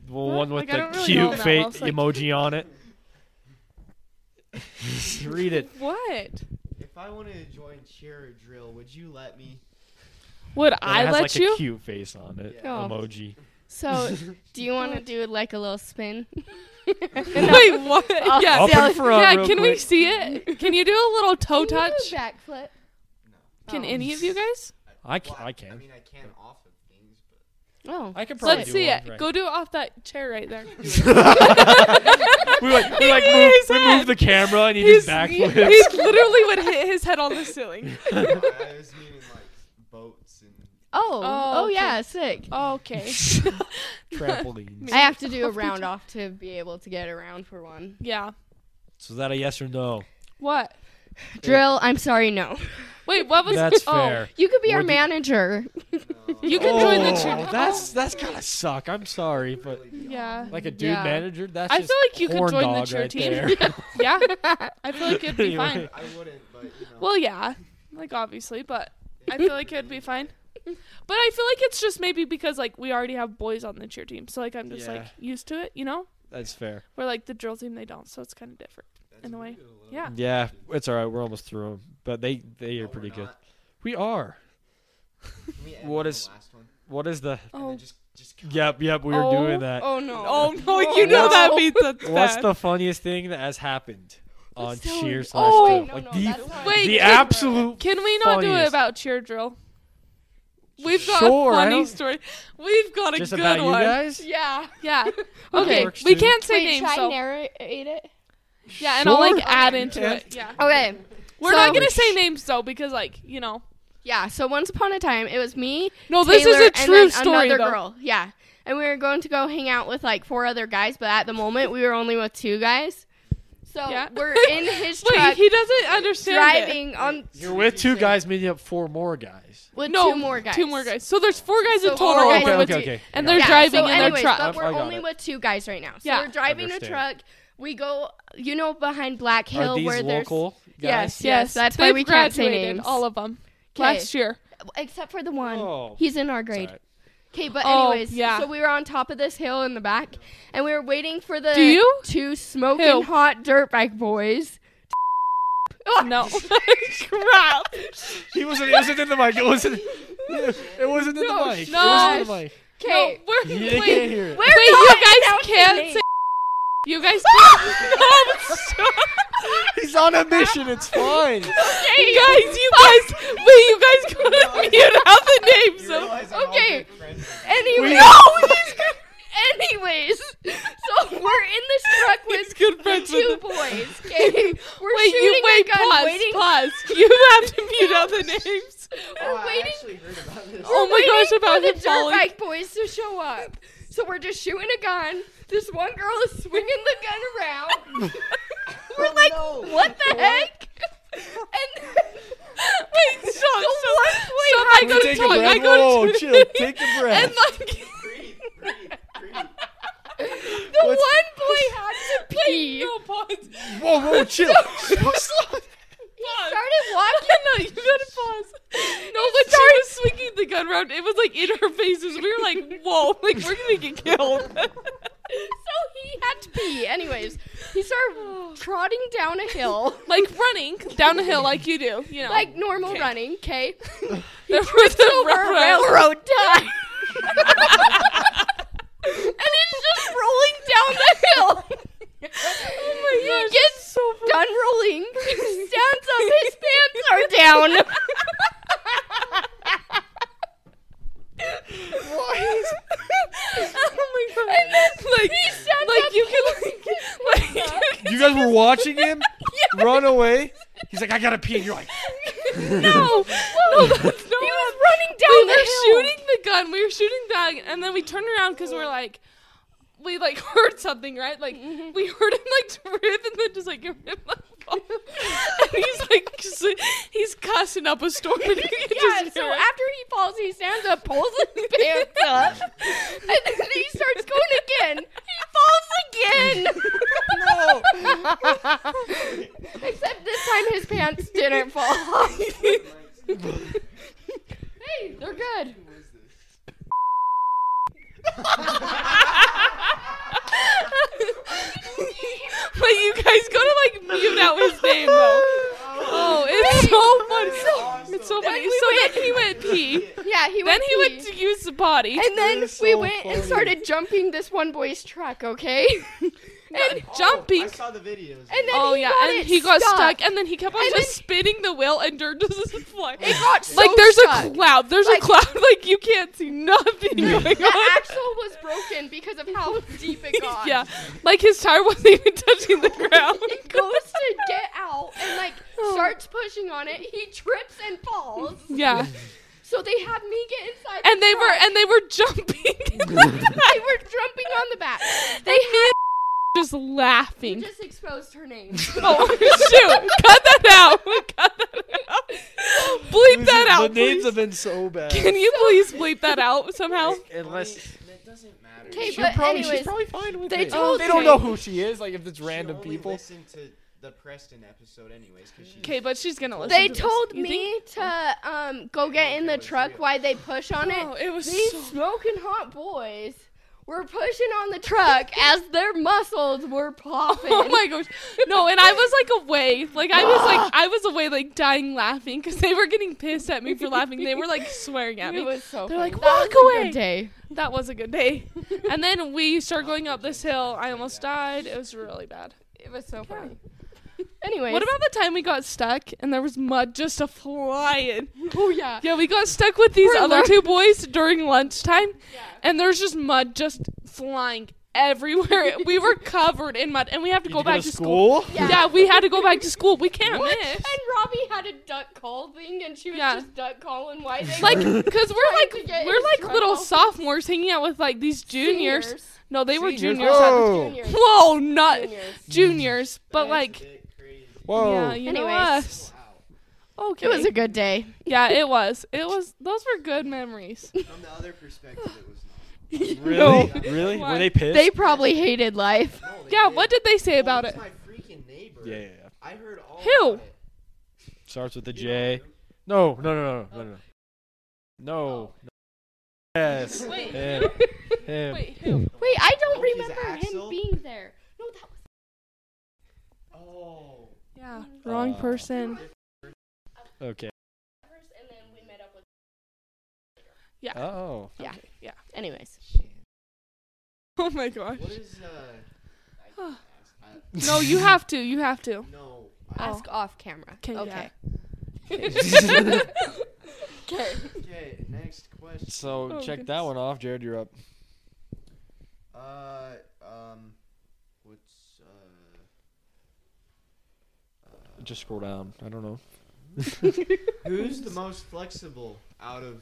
S5: the
S7: What?
S5: one with
S7: Like, I don't
S5: the
S7: really know
S5: cute
S7: that well,
S5: face
S7: so, like-
S5: emoji on it. Read it.
S7: What?
S4: If I wanted to join cheer or drill, would you let me?
S7: Would
S5: And
S7: I
S5: it has
S7: let
S5: like
S7: you?
S5: a cute face on it.
S8: Oh.
S5: Emoji.
S8: so do you want to do like a little spin?
S7: Wait, what?
S8: I'll
S7: yeah.
S5: Up
S8: Yeah,
S5: in front,
S7: yeah,
S5: real
S7: can we
S5: quick.
S7: see it? Can you do a little toe touch?
S8: Backflip. Oh.
S7: Can any of you guys?
S5: I can. I
S4: I
S5: can.
S4: mean, I can off of things, but
S8: Oh.
S5: I can probably
S7: Let's
S5: do
S7: see
S5: one,
S7: it.
S5: right.
S7: Go do it off that chair right there.
S5: We like, we like
S7: He
S5: move,
S7: is
S5: we
S7: it.
S5: move the camera and he
S7: He's,
S5: just
S7: he,
S5: backflips.
S7: he literally would hit his head on the ceiling.
S4: I was meaning like boats and.
S8: Oh.
S7: Oh,
S8: Oh,
S7: okay.
S8: yeah. Sick.
S7: Okay.
S5: Trampoline.
S8: I have to do a round off to be able to get around for one.
S7: yeah.
S5: So is that a yes or no?
S7: What?
S8: Drill. I'm sorry. No.
S7: Wait, what was?
S5: That's
S7: oh,
S5: fair.
S8: You could be our
S5: Would you-
S8: manager.
S7: You can join the
S5: Oh,
S7: cheer.
S5: That's that's gotta suck. I'm sorry, but
S7: Yeah.
S5: like a dude
S8: Yeah.
S5: manager, that's
S7: I
S5: just
S7: feel like you could
S5: horn
S7: join the
S5: dog
S7: cheer
S5: right
S7: team.
S5: there.
S7: Yeah. I feel like it'd be fine.
S5: Anyway.
S4: I wouldn't, but you know.
S7: Well, yeah, like obviously, but I feel like it'd be fine. But I feel like it's just maybe because like we already have boys on the cheer team, so like I'm just
S5: Yeah.
S7: like used to it, you know.
S5: That's fair.
S7: Where like the drill team they don't, so it's kind of different in a way. Yeah.
S5: Yeah, it's all right. We're almost through them, but they they are pretty good. We are.
S4: Can we end
S5: What
S4: on the
S5: is-
S4: last one?
S5: What is the?
S4: And
S7: Oh,
S4: then just, just
S5: Yep, yep. We were
S7: Oh,
S5: doing that.
S8: Oh no.
S7: oh no, you know that means that's
S5: What's
S7: bad.
S5: the funniest thing that has happened on
S8: tell
S5: cheer
S8: him.
S5: slash
S7: Oh,
S5: drill?
S8: no,
S5: like
S8: no, that's
S5: the
S8: fine.
S7: Wait,
S5: the
S7: can-
S5: absolute.
S7: Can we not do it
S5: funniest.
S7: about cheer drill? We've got
S5: Sure,
S7: a
S5: I
S7: funny
S5: don't-
S7: story. We've got a
S5: Just
S7: good
S5: about you
S7: one.
S5: guys.
S8: Yeah.
S7: Yeah.
S5: Okay.
S7: Okay.
S5: Works
S7: We
S5: too.
S7: can't say
S8: Wait, should
S7: names.
S8: I
S7: So
S8: narrate it?
S7: yeah, and I'll like
S5: Sure.
S7: add into
S5: Yeah.
S7: it. Yeah.
S8: Okay.
S7: We're
S8: So-
S7: not gonna say names though because like you know.
S8: Yeah. So once upon a time, it was me.
S7: No, this
S8: Taylor,
S7: is a
S8: and
S7: true
S8: then
S7: story
S8: Another
S7: though.
S8: girl. Yeah. And we were going to go hang out with like four other guys, but at the moment we were only with two guys. So
S7: Yeah.
S8: we're in his
S7: Wait,
S8: truck
S7: he doesn't understand. it.
S8: driving on
S5: You're with two guys, meeting up four more guys.
S8: with
S7: No,
S8: two more guys.
S7: Two more guys. So there's four guys
S8: So
S7: in total.
S8: four
S7: and
S8: guys.
S7: we're
S5: Okay,
S7: with
S5: okay,
S7: you.
S5: okay.
S7: And
S5: Yeah.
S7: they're
S8: Yeah,
S7: driving
S8: so
S7: in their
S8: anyways,
S7: truck.
S8: But we're
S5: I got
S8: only
S5: it.
S8: with two guys right now. So
S7: Yeah.
S8: we're driving a
S5: Understand.
S8: truck. We go, you know, behind Black Hill
S5: are these
S8: where there's
S5: local guys?
S8: Yes, yes. That's why
S7: They've
S8: we can't say
S7: graduated,
S8: names.
S7: All of them.
S8: 'Kay.
S7: Last year.
S8: except for the one.
S5: Oh.
S8: He's in our
S5: It's
S8: grade.
S5: all right.
S8: Okay, but
S7: Oh,
S8: anyways,
S7: yeah.
S8: so we were on top of this hill in the back, and we were waiting for the
S7: Do you?
S8: two smoking
S7: Who?
S8: hot dirt bike boys.
S7: No.
S8: Crap.
S5: He wasn't. It wasn't in the mic. It wasn't. It wasn't in the mic.
S7: no.
S5: It wasn't in the mic.
S8: Okay,
S7: No, we're,
S5: You
S7: wait,
S5: can't hear it.
S8: we're
S7: wait,
S8: not
S7: you guys
S8: announcing
S7: can't
S8: names.
S7: say. You guys can't. No, stop.
S5: He's on a mission. It's fine.
S7: You guys, you guys, wait, you guys gotta mute out the names.
S4: You realize
S7: Of,
S4: I'm all
S8: Okay.
S4: good friends with
S8: Anyway,
S5: No,
S8: he's Anyways, so we're in this truck with
S7: good
S8: the
S7: friends
S8: two
S7: with
S8: boys. Okay, we're
S7: Wait,
S8: shooting
S7: you wait,
S8: a gun,
S7: pause,
S8: waiting.
S7: pause. You have to mute out the names.
S8: We're
S4: Oh, I
S8: waiting.
S4: actually heard about this.
S7: Oh my gosh,
S8: waiting
S7: about
S8: for
S7: him
S8: the dirt
S7: falling.
S8: bike boys to show up. So we're just shooting a gun. This one girl is swinging the gun around. we're like, what the heck? And wait, so,
S7: I go to
S5: Take a
S7: talk.
S5: breath.
S7: I go
S5: Whoa,
S7: to
S5: chill. Take a breath.
S8: and like
S4: Breathe, breathe, breathe.
S8: the one boy had to pee.
S7: No, pause.
S5: whoa, whoa, chill.
S8: started walking.
S7: No, you gotta pause. No, but she was swinging the gun around. It was like in her faces. We were like, whoa, like we're gonna get killed.
S8: so he had to pee. Anyways, he started trotting down a hill,
S7: like running down a hill like you do, you know.
S8: like normal running, okay?
S7: there was a
S8: Over a railroad tie. and it's just rolling down the hill.
S7: Oh my gosh.
S8: He gets done rolling, stands up, his pants are down.
S7: oh my god. And then, like, like you can like, like
S5: You guys were watching him run away. He's like, I gotta pee. And you're like,
S7: no, no, that's not. He was running down we
S8: the
S7: were
S8: hill.
S7: shooting the gun. We were shooting that, and then we turned around because we're like, we like heard something, right? Like we heard him like rip, and then just like rip my phone. and he's like, just, like, he's cussing up a storm. And you can
S8: Yeah,
S7: just
S8: so
S7: hear it.
S8: after he falls, he stands up, pulls his pants up, and then he starts going again. He falls again. No. Except this time his pants didn't fall off. hey, they're good.
S7: But you guys go to like mute out his name though. Oh, it's so funny. It's so funny.
S8: we
S7: so then he went pee.
S8: Yeah, he
S7: Then
S8: went.
S7: he went
S8: pee.
S7: to use the body.
S8: and then we went and started jumping this one boy's truck. Okay. and
S7: jumping.
S4: Oh, I saw the videos.
S8: And then
S7: Oh
S8: he
S7: yeah,
S8: got
S7: and
S8: it
S7: he got stuck.
S8: stuck.
S7: and then he kept on
S8: And
S7: just spinning the wheel, and dirt just doesn't fly.
S8: it got so
S7: like there's
S8: stuck.
S7: a cloud. There's
S8: Like-
S7: a cloud. Like you can't see nothing going
S8: The
S7: on.
S8: axle was broken because of how deep it got.
S7: yeah, like his tire wasn't even touching the ground.
S8: He goes to get out and like
S7: Oh.
S8: starts pushing on it. He trips and falls.
S7: yeah,
S8: So they have me get inside.
S7: and
S8: the
S7: they were
S8: truck.
S7: and they were jumping.
S8: they were jumping on the back.
S7: they had just
S8: You
S7: laughing.
S8: just exposed her name.
S7: Oh shoot! Cut that out. Cut that out. Bleep that
S5: the
S7: out.
S5: names
S7: Please.
S5: have been so bad.
S7: Can you please bleep that out somehow?
S5: Unless
S4: It doesn't matter.
S8: Okay,
S5: she'll
S8: but
S5: probably,
S8: anyways,
S5: she's probably fine with
S8: they
S5: it.
S8: told
S5: they don't
S8: me-
S5: know who she is. Like if it's random
S4: only
S5: people.
S4: Listen to the Preston episode, anyways, because she.
S7: Okay, but she's gonna listen.
S8: they
S7: to this.
S8: told
S7: You think-
S8: me to um go get in the truck while they push on it.
S7: Oh, it was
S8: These
S7: so
S8: smoking hot boys were pushing on the truck as their muscles were popping.
S7: Oh my gosh. No, and I was like away. Like I was like I was away like dying laughing cuz they were getting pissed at me for laughing. They were like swearing at
S8: It
S7: me.
S8: was so.
S7: They're
S8: funny.
S7: like,
S8: That
S7: "Walk
S8: was a good
S7: away."
S8: day.
S7: That was a good day. And then we started going up this hill. I almost died. It was really bad.
S8: It was so funny. Anyways,
S7: What about the time we got stuck and there was mud just a flying?
S8: Oh yeah.
S7: Yeah, we got stuck with these
S8: We're
S7: other
S8: learn-
S7: two boys during lunchtime. And there's just mud just flying everywhere. we were covered in mud and we have to
S5: Did
S7: go
S5: you
S7: back to school.
S8: Yeah.
S7: Yeah, we had to go back to school. We can't
S8: What?
S7: miss.
S8: And Robbie had a duck call thing, and she was
S7: Yeah.
S8: just duck calling. Why they
S7: like
S8: were
S7: because we're
S8: to
S7: like
S8: get
S7: we're
S8: his
S7: like
S8: drum
S7: little
S8: off.
S7: sophomores hanging out with like these juniors.
S8: seniors.
S7: No, they were
S5: Seniors?
S7: juniors. at
S5: Whoa.
S7: the-
S8: Juniors.
S7: Whoa, not
S8: Juniors.
S7: juniors, but like
S5: Whoa.
S7: yeah, you know
S8: Anyways.
S7: us. Okay.
S8: It was a good day.
S7: yeah, it was. It was. Those were good memories.
S4: From the other perspective, it was
S5: Really? Really?
S7: Why?
S5: Were they pissed?
S8: They probably hated life.
S4: not. No, they
S7: Yeah.
S4: did.
S7: What did they say
S4: Oh,
S7: about
S4: it's
S7: it?
S4: My freaking neighbor.
S5: yeah, yeah, yeah.
S4: I heard all.
S7: Who?
S4: about it.
S5: Starts with a J. No, no, no, no, no, no, no. No. no. Yes.
S7: Wait.
S5: Him. Him.
S7: Wait, who?
S8: Wait, I don't
S4: Loki's
S8: remember
S4: Axel?
S8: him being there. No, that was
S4: Oh.
S7: Yeah, wrong
S5: Uh,
S7: person.
S5: Okay.
S8: first, and then we met up with.
S5: Oh.
S8: Yeah.
S7: yeah.
S8: Anyways,
S7: Oh my gosh.
S4: What is uh? I,
S7: No, you have to. You have to.
S4: no.
S8: ask off camera.
S7: 'Kay,
S8: Okay.
S4: Okay. Next question.
S5: So
S7: Oh,
S5: check
S7: goodness.
S5: that one off, Jared. You're up.
S4: Uh, um, what's uh,
S5: Just scroll down. I don't know.
S4: who's the most flexible out of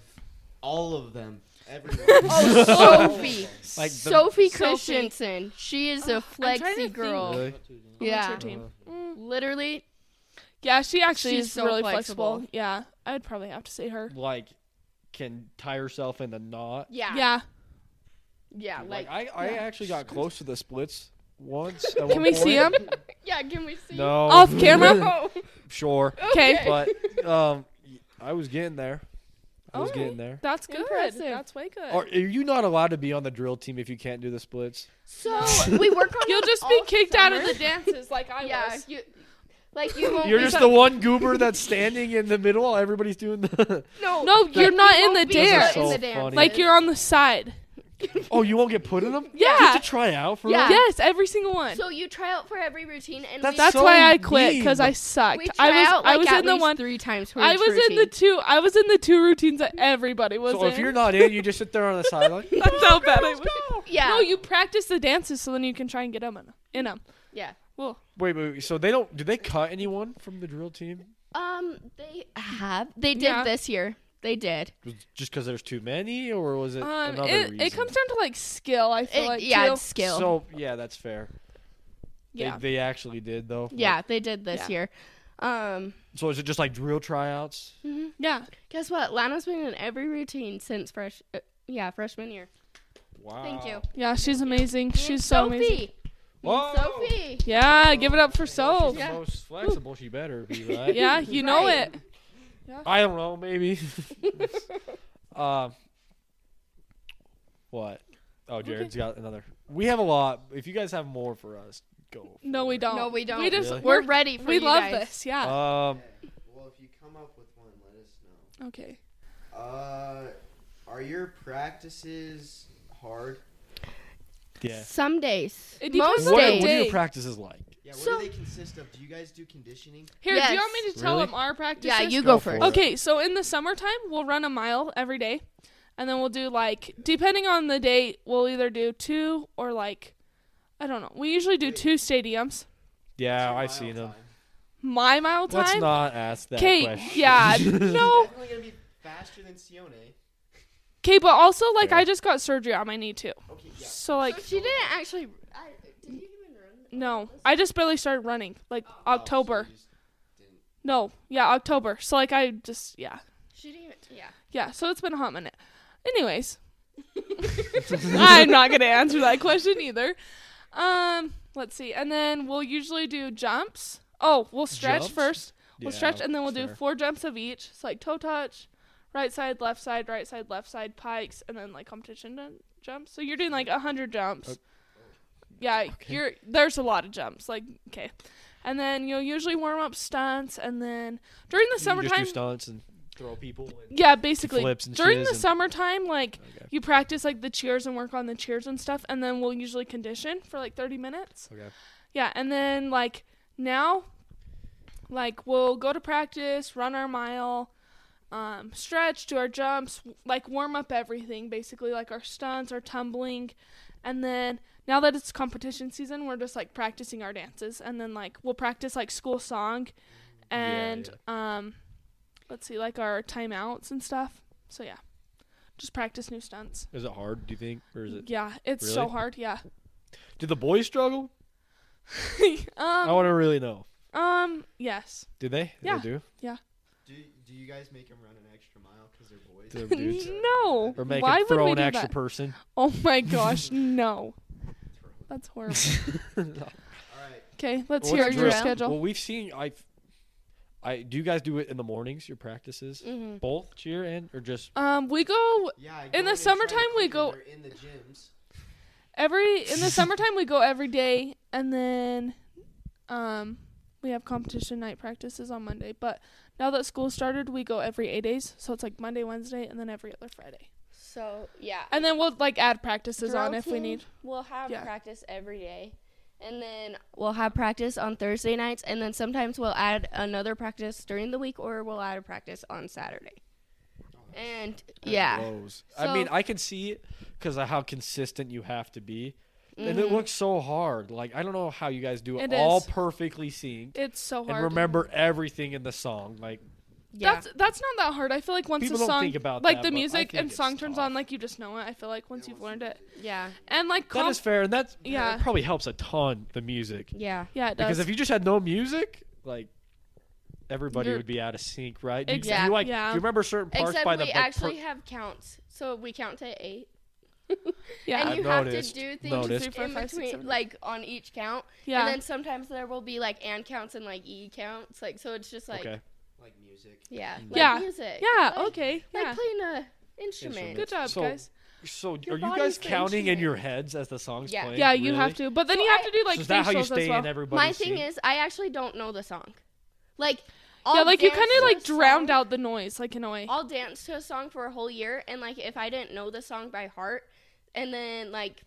S4: all of them? Everyone.
S8: Oh, Sophie.
S5: Like the-
S8: Sophie
S7: Sophie.
S8: Christensen. She is a
S7: I'm trying to
S8: flexi
S7: think.
S8: girl.
S5: Really?
S7: Yeah.
S8: Yeah.
S5: Uh,
S8: Literally,
S7: Yeah, she actually
S8: She's
S7: is
S8: so
S7: really
S8: flexible.
S7: flexible. Yeah, I'd probably have to say her.
S5: Like can tie herself in the knot.
S8: yeah. Yeah.
S7: Yeah.
S8: like,
S5: I, I actually got close to the splits once. at one
S7: Can we see
S5: point.
S7: them
S8: yeah, can we see?
S5: No.
S7: off camera?
S8: Oh,
S5: Sure.
S7: Okay.
S5: But um, I was getting there. I was
S7: Alright.
S5: getting there.
S7: That's good.
S8: Impressive.
S7: That's way good.
S5: Are, are you not allowed to be on the drill team if you can't do the splits?
S8: so we work on
S7: You'll
S8: it
S7: just be
S8: all
S7: kicked out of
S8: summer.
S7: the dances like I
S8: Yeah,
S7: was.
S8: you like you won't
S5: You're
S8: be
S5: just the one goober that's standing in the middle. while Everybody's doing the.
S8: no,
S7: No,
S8: like,
S7: you're
S8: you
S7: not in
S8: won't
S7: the
S8: be
S7: dance.
S8: in the
S5: So
S8: dance.
S5: funny.
S7: Like you're on the side.
S5: oh, you won't get put in them.
S7: Yeah.
S5: You have to try out for
S8: Yeah.
S5: them.
S7: Yes, every single one.
S8: So you try out for every routine, and
S5: That's
S8: we,
S7: That's
S5: so
S7: why I quit
S5: mean.
S7: because I
S8: we
S7: sucked.
S8: try
S7: I was
S8: out like
S7: I was
S8: at
S7: in the
S8: least
S7: one.
S8: three times for
S7: I
S8: each
S7: was
S8: routine.
S7: in the two. I was in the two routines that everybody was
S5: So
S7: in.
S5: if you're not in, you just sit there on the sideline.
S7: That's how bad I was.
S8: yeah,
S7: No, you practice the dances so then you can try and get them in, in them.
S8: yeah.
S7: Well,
S5: Wait, wait, wait. So they don't? Do they cut anyone from the drill team?
S8: Um, they have they did
S7: Yeah.
S8: this year. They did.
S5: Was- Just because there's too many, or was it
S7: um,
S5: another
S7: it,
S5: reason?
S7: it comes down to like skill. I feel
S8: It-
S7: like
S8: yeah,
S7: too.
S8: it's skill.
S5: So yeah, that's fair.
S7: yeah.
S5: They, they actually did though.
S8: yeah, they did this
S7: Yeah.
S8: year. Um,
S5: So is it just like drill tryouts?
S7: yeah.
S8: guess what? Lana's been in every routine since fresh. Uh, yeah, freshman year.
S5: Wow.
S8: Thank you.
S7: Yeah, she's amazing.
S8: And
S7: She's so amazing.
S8: Sophie.
S5: Whoa.
S8: Sophie.
S7: Yeah, give it up for Soph.
S5: She's the most flexible. She better be right.
S7: Yeah, you know
S8: Right.
S7: it.
S5: I don't know. Maybe. um. What? Oh, Jared's got another. We have a lot. If you guys have more for us, go.
S7: No, we don't.
S8: No, we don't.
S7: We just
S5: Really?
S8: We're
S7: we're,
S8: ready for
S7: we
S8: you
S7: love
S8: guys.
S7: this. Yeah.
S5: Um.
S4: well, if you come up with one, let us know.
S7: okay.
S4: Uh, are your practices hard?
S5: Yeah.
S8: Some days.
S7: It
S8: Most
S7: depends on
S5: What,
S7: the
S5: are-
S8: days.
S5: what are your
S7: Day.
S5: practices like?
S4: Yeah. What
S8: So-
S4: do they consist of? Do you guys do conditioning?
S7: Here, do you want
S8: Yes.
S7: me to tell
S5: Really?
S7: them our practice?
S8: Yeah, you
S5: Go
S8: go,
S5: for
S8: first.
S5: it.
S7: Okay, so in the summertime, we'll run a mile every day. And then we'll do like, depending on the day, we'll either do two or like, I don't know. We usually do two stadiums.
S5: Yeah,
S4: Mile
S5: I've seen them.
S4: time.
S7: My mile time.
S5: Let's not ask that
S7: Okay,
S5: question.
S7: yeah, no.
S4: Definitely gonna be faster than Sione.
S7: Okay, but also like
S5: Yeah.
S7: I just got surgery on my knee too.
S4: Okay. Yeah.
S7: So like,
S8: So she didn't actually. I, did you even run?
S7: no, I just barely started running like October.
S4: Oh, just
S7: No, yeah, October. So like I just yeah,
S8: She didn't even. Yeah.
S7: yeah. So it's been a hot minute. Anyways, I'm not gonna answer that question either. Um, let's see, and then we'll usually do jumps. Oh, we'll stretch
S5: Jumps?
S7: first. We'll
S5: Yeah,
S7: stretch and then we'll do
S5: fair.
S7: four jumps of each. So like toe touch, right side, left side, right side, left side, pikes, and then like competition dun- jumps. So you're doing like a hundred jumps.
S5: Oh.
S7: Yeah, you're there's a lot of jumps. Like okay, and then you'll usually warm up stunts, and then during
S5: You
S7: the
S5: just do
S7: summertime,
S5: stunts and throw people. and-
S7: yeah, basically
S5: flips and
S7: during
S5: shiz
S7: the
S5: and-
S7: summertime, like
S5: Okay.
S7: you practice like the cheers and work on the cheers and stuff, and then we'll usually condition for like 30 minutes.
S5: Okay.
S7: Yeah, and then like now, like we'll go to practice, run our mile, um, stretch, do our jumps, w- like warm up everything basically, like our stunts, our tumbling, and then now that it's competition season, we're just like practicing our dances, and then like we'll practice like school song, and um, let's see, like our timeouts and stuff. So yeah, just practice new stunts.
S5: Is it hard? Do you think, or is it?
S7: Yeah, it's so
S5: Really?
S7: hard. Yeah.
S5: Do the boys struggle? I
S7: um.
S5: want to really know.
S7: Um. Yes.
S5: Do they?
S7: Yeah.
S5: They do.
S4: Do Do you guys make them run an extra mile because they're boys?
S5: They're dudes. uh,
S7: No.
S5: Or make
S7: Why
S5: it
S7: would
S5: throw
S7: we
S5: an
S7: do
S5: extra
S7: that?
S5: person.
S7: oh my gosh, no. That's horrible.
S4: All right.
S7: Okay,
S5: What's
S7: let's hear
S5: the
S7: your
S5: drill?
S7: schedule.
S5: Well, we've seen. I. I do you guys do it in the mornings? Your practices,
S7: Mm-hmm.
S5: both cheer and or just
S7: um, we go
S4: Yeah. I go
S7: the
S4: and try to
S7: summertime, we
S4: clean
S7: go-
S4: her in the gyms.
S7: every in the summertime. We go every day, and then, um, we have competition night practices on Monday. But now that school started, we go every eight days. So it's like Monday, Wednesday, and then every other Friday.
S8: So yeah.
S7: And then we'll like add practices
S8: Drill
S7: on if we
S8: team,
S7: need.
S8: We'll have
S7: Yeah.
S8: practice every day. And then we'll have practice on Thursday nights, and then sometimes we'll add another practice during the week, or we'll add a practice on Saturday. And yeah,
S5: blows. I mean,
S8: So-
S5: I can see it because of how consistent you have to be. And it looks so hard. Like I don't know how you guys do it,
S7: Mm-hmm. It
S5: all
S7: is.
S5: perfectly synced
S7: It's so hard.
S5: and remember everything in the song. Like
S8: yeah.
S7: That's that's not that hard. I feel like once
S5: People
S7: the
S5: don't
S7: song,
S5: think about
S7: like
S5: that,
S7: the
S5: but I
S7: music
S5: think
S7: and
S5: it's
S7: song turns
S5: tough.
S7: on, like you just know it. I feel like once you've learned it,
S8: yeah,
S7: and like
S5: that
S7: comp-
S5: is fair, and that's yeah,
S7: yeah.
S5: it probably helps a ton. The music
S8: yeah.
S7: yeah, it does.
S5: because if you just had no music, like everybody
S7: You're-
S5: would be out of sync, right? You-
S8: Exact-
S5: You like
S7: yeah.
S5: do you remember certain parts
S8: Except
S5: by
S8: we
S5: the like, per-
S8: actually have counts, so we count to eight.
S7: yeah,
S8: and you have
S5: I've noticed-
S8: to do things
S5: noticed.
S7: Three, four,
S8: in
S7: five, six,
S8: between,
S7: seven.
S8: like on each count.
S7: yeah,
S8: And then sometimes there will be like and counts and like e counts, like so it's just like
S5: okay,
S1: Like music.
S8: yeah, like
S7: Yeah.
S8: music,
S7: yeah,
S8: like,
S7: okay,
S8: like
S7: yeah.
S8: playing a instrument.
S7: Good job,
S5: So-
S7: guys.
S5: so
S8: Your
S5: are you
S8: body's
S5: guys
S8: the
S5: counting in
S8: instrument.
S5: your heads as the song's
S8: Yeah.
S5: playing?
S7: Yeah, you
S5: Really?
S7: have to, but then
S8: So
S7: you have to do like
S5: so is that how you
S7: facials
S5: stay
S7: as well.
S5: in everybody's
S8: My thing
S5: sync?
S8: is, I actually don't know the song. Like,
S7: yeah,
S8: I'll
S7: like you
S8: dance
S7: kind
S8: to
S7: of
S8: a
S7: like drowned
S8: song-
S7: out the noise, like in a way.
S8: I'll dance to a song for a whole year, and like if I didn't know the song by heart, and then like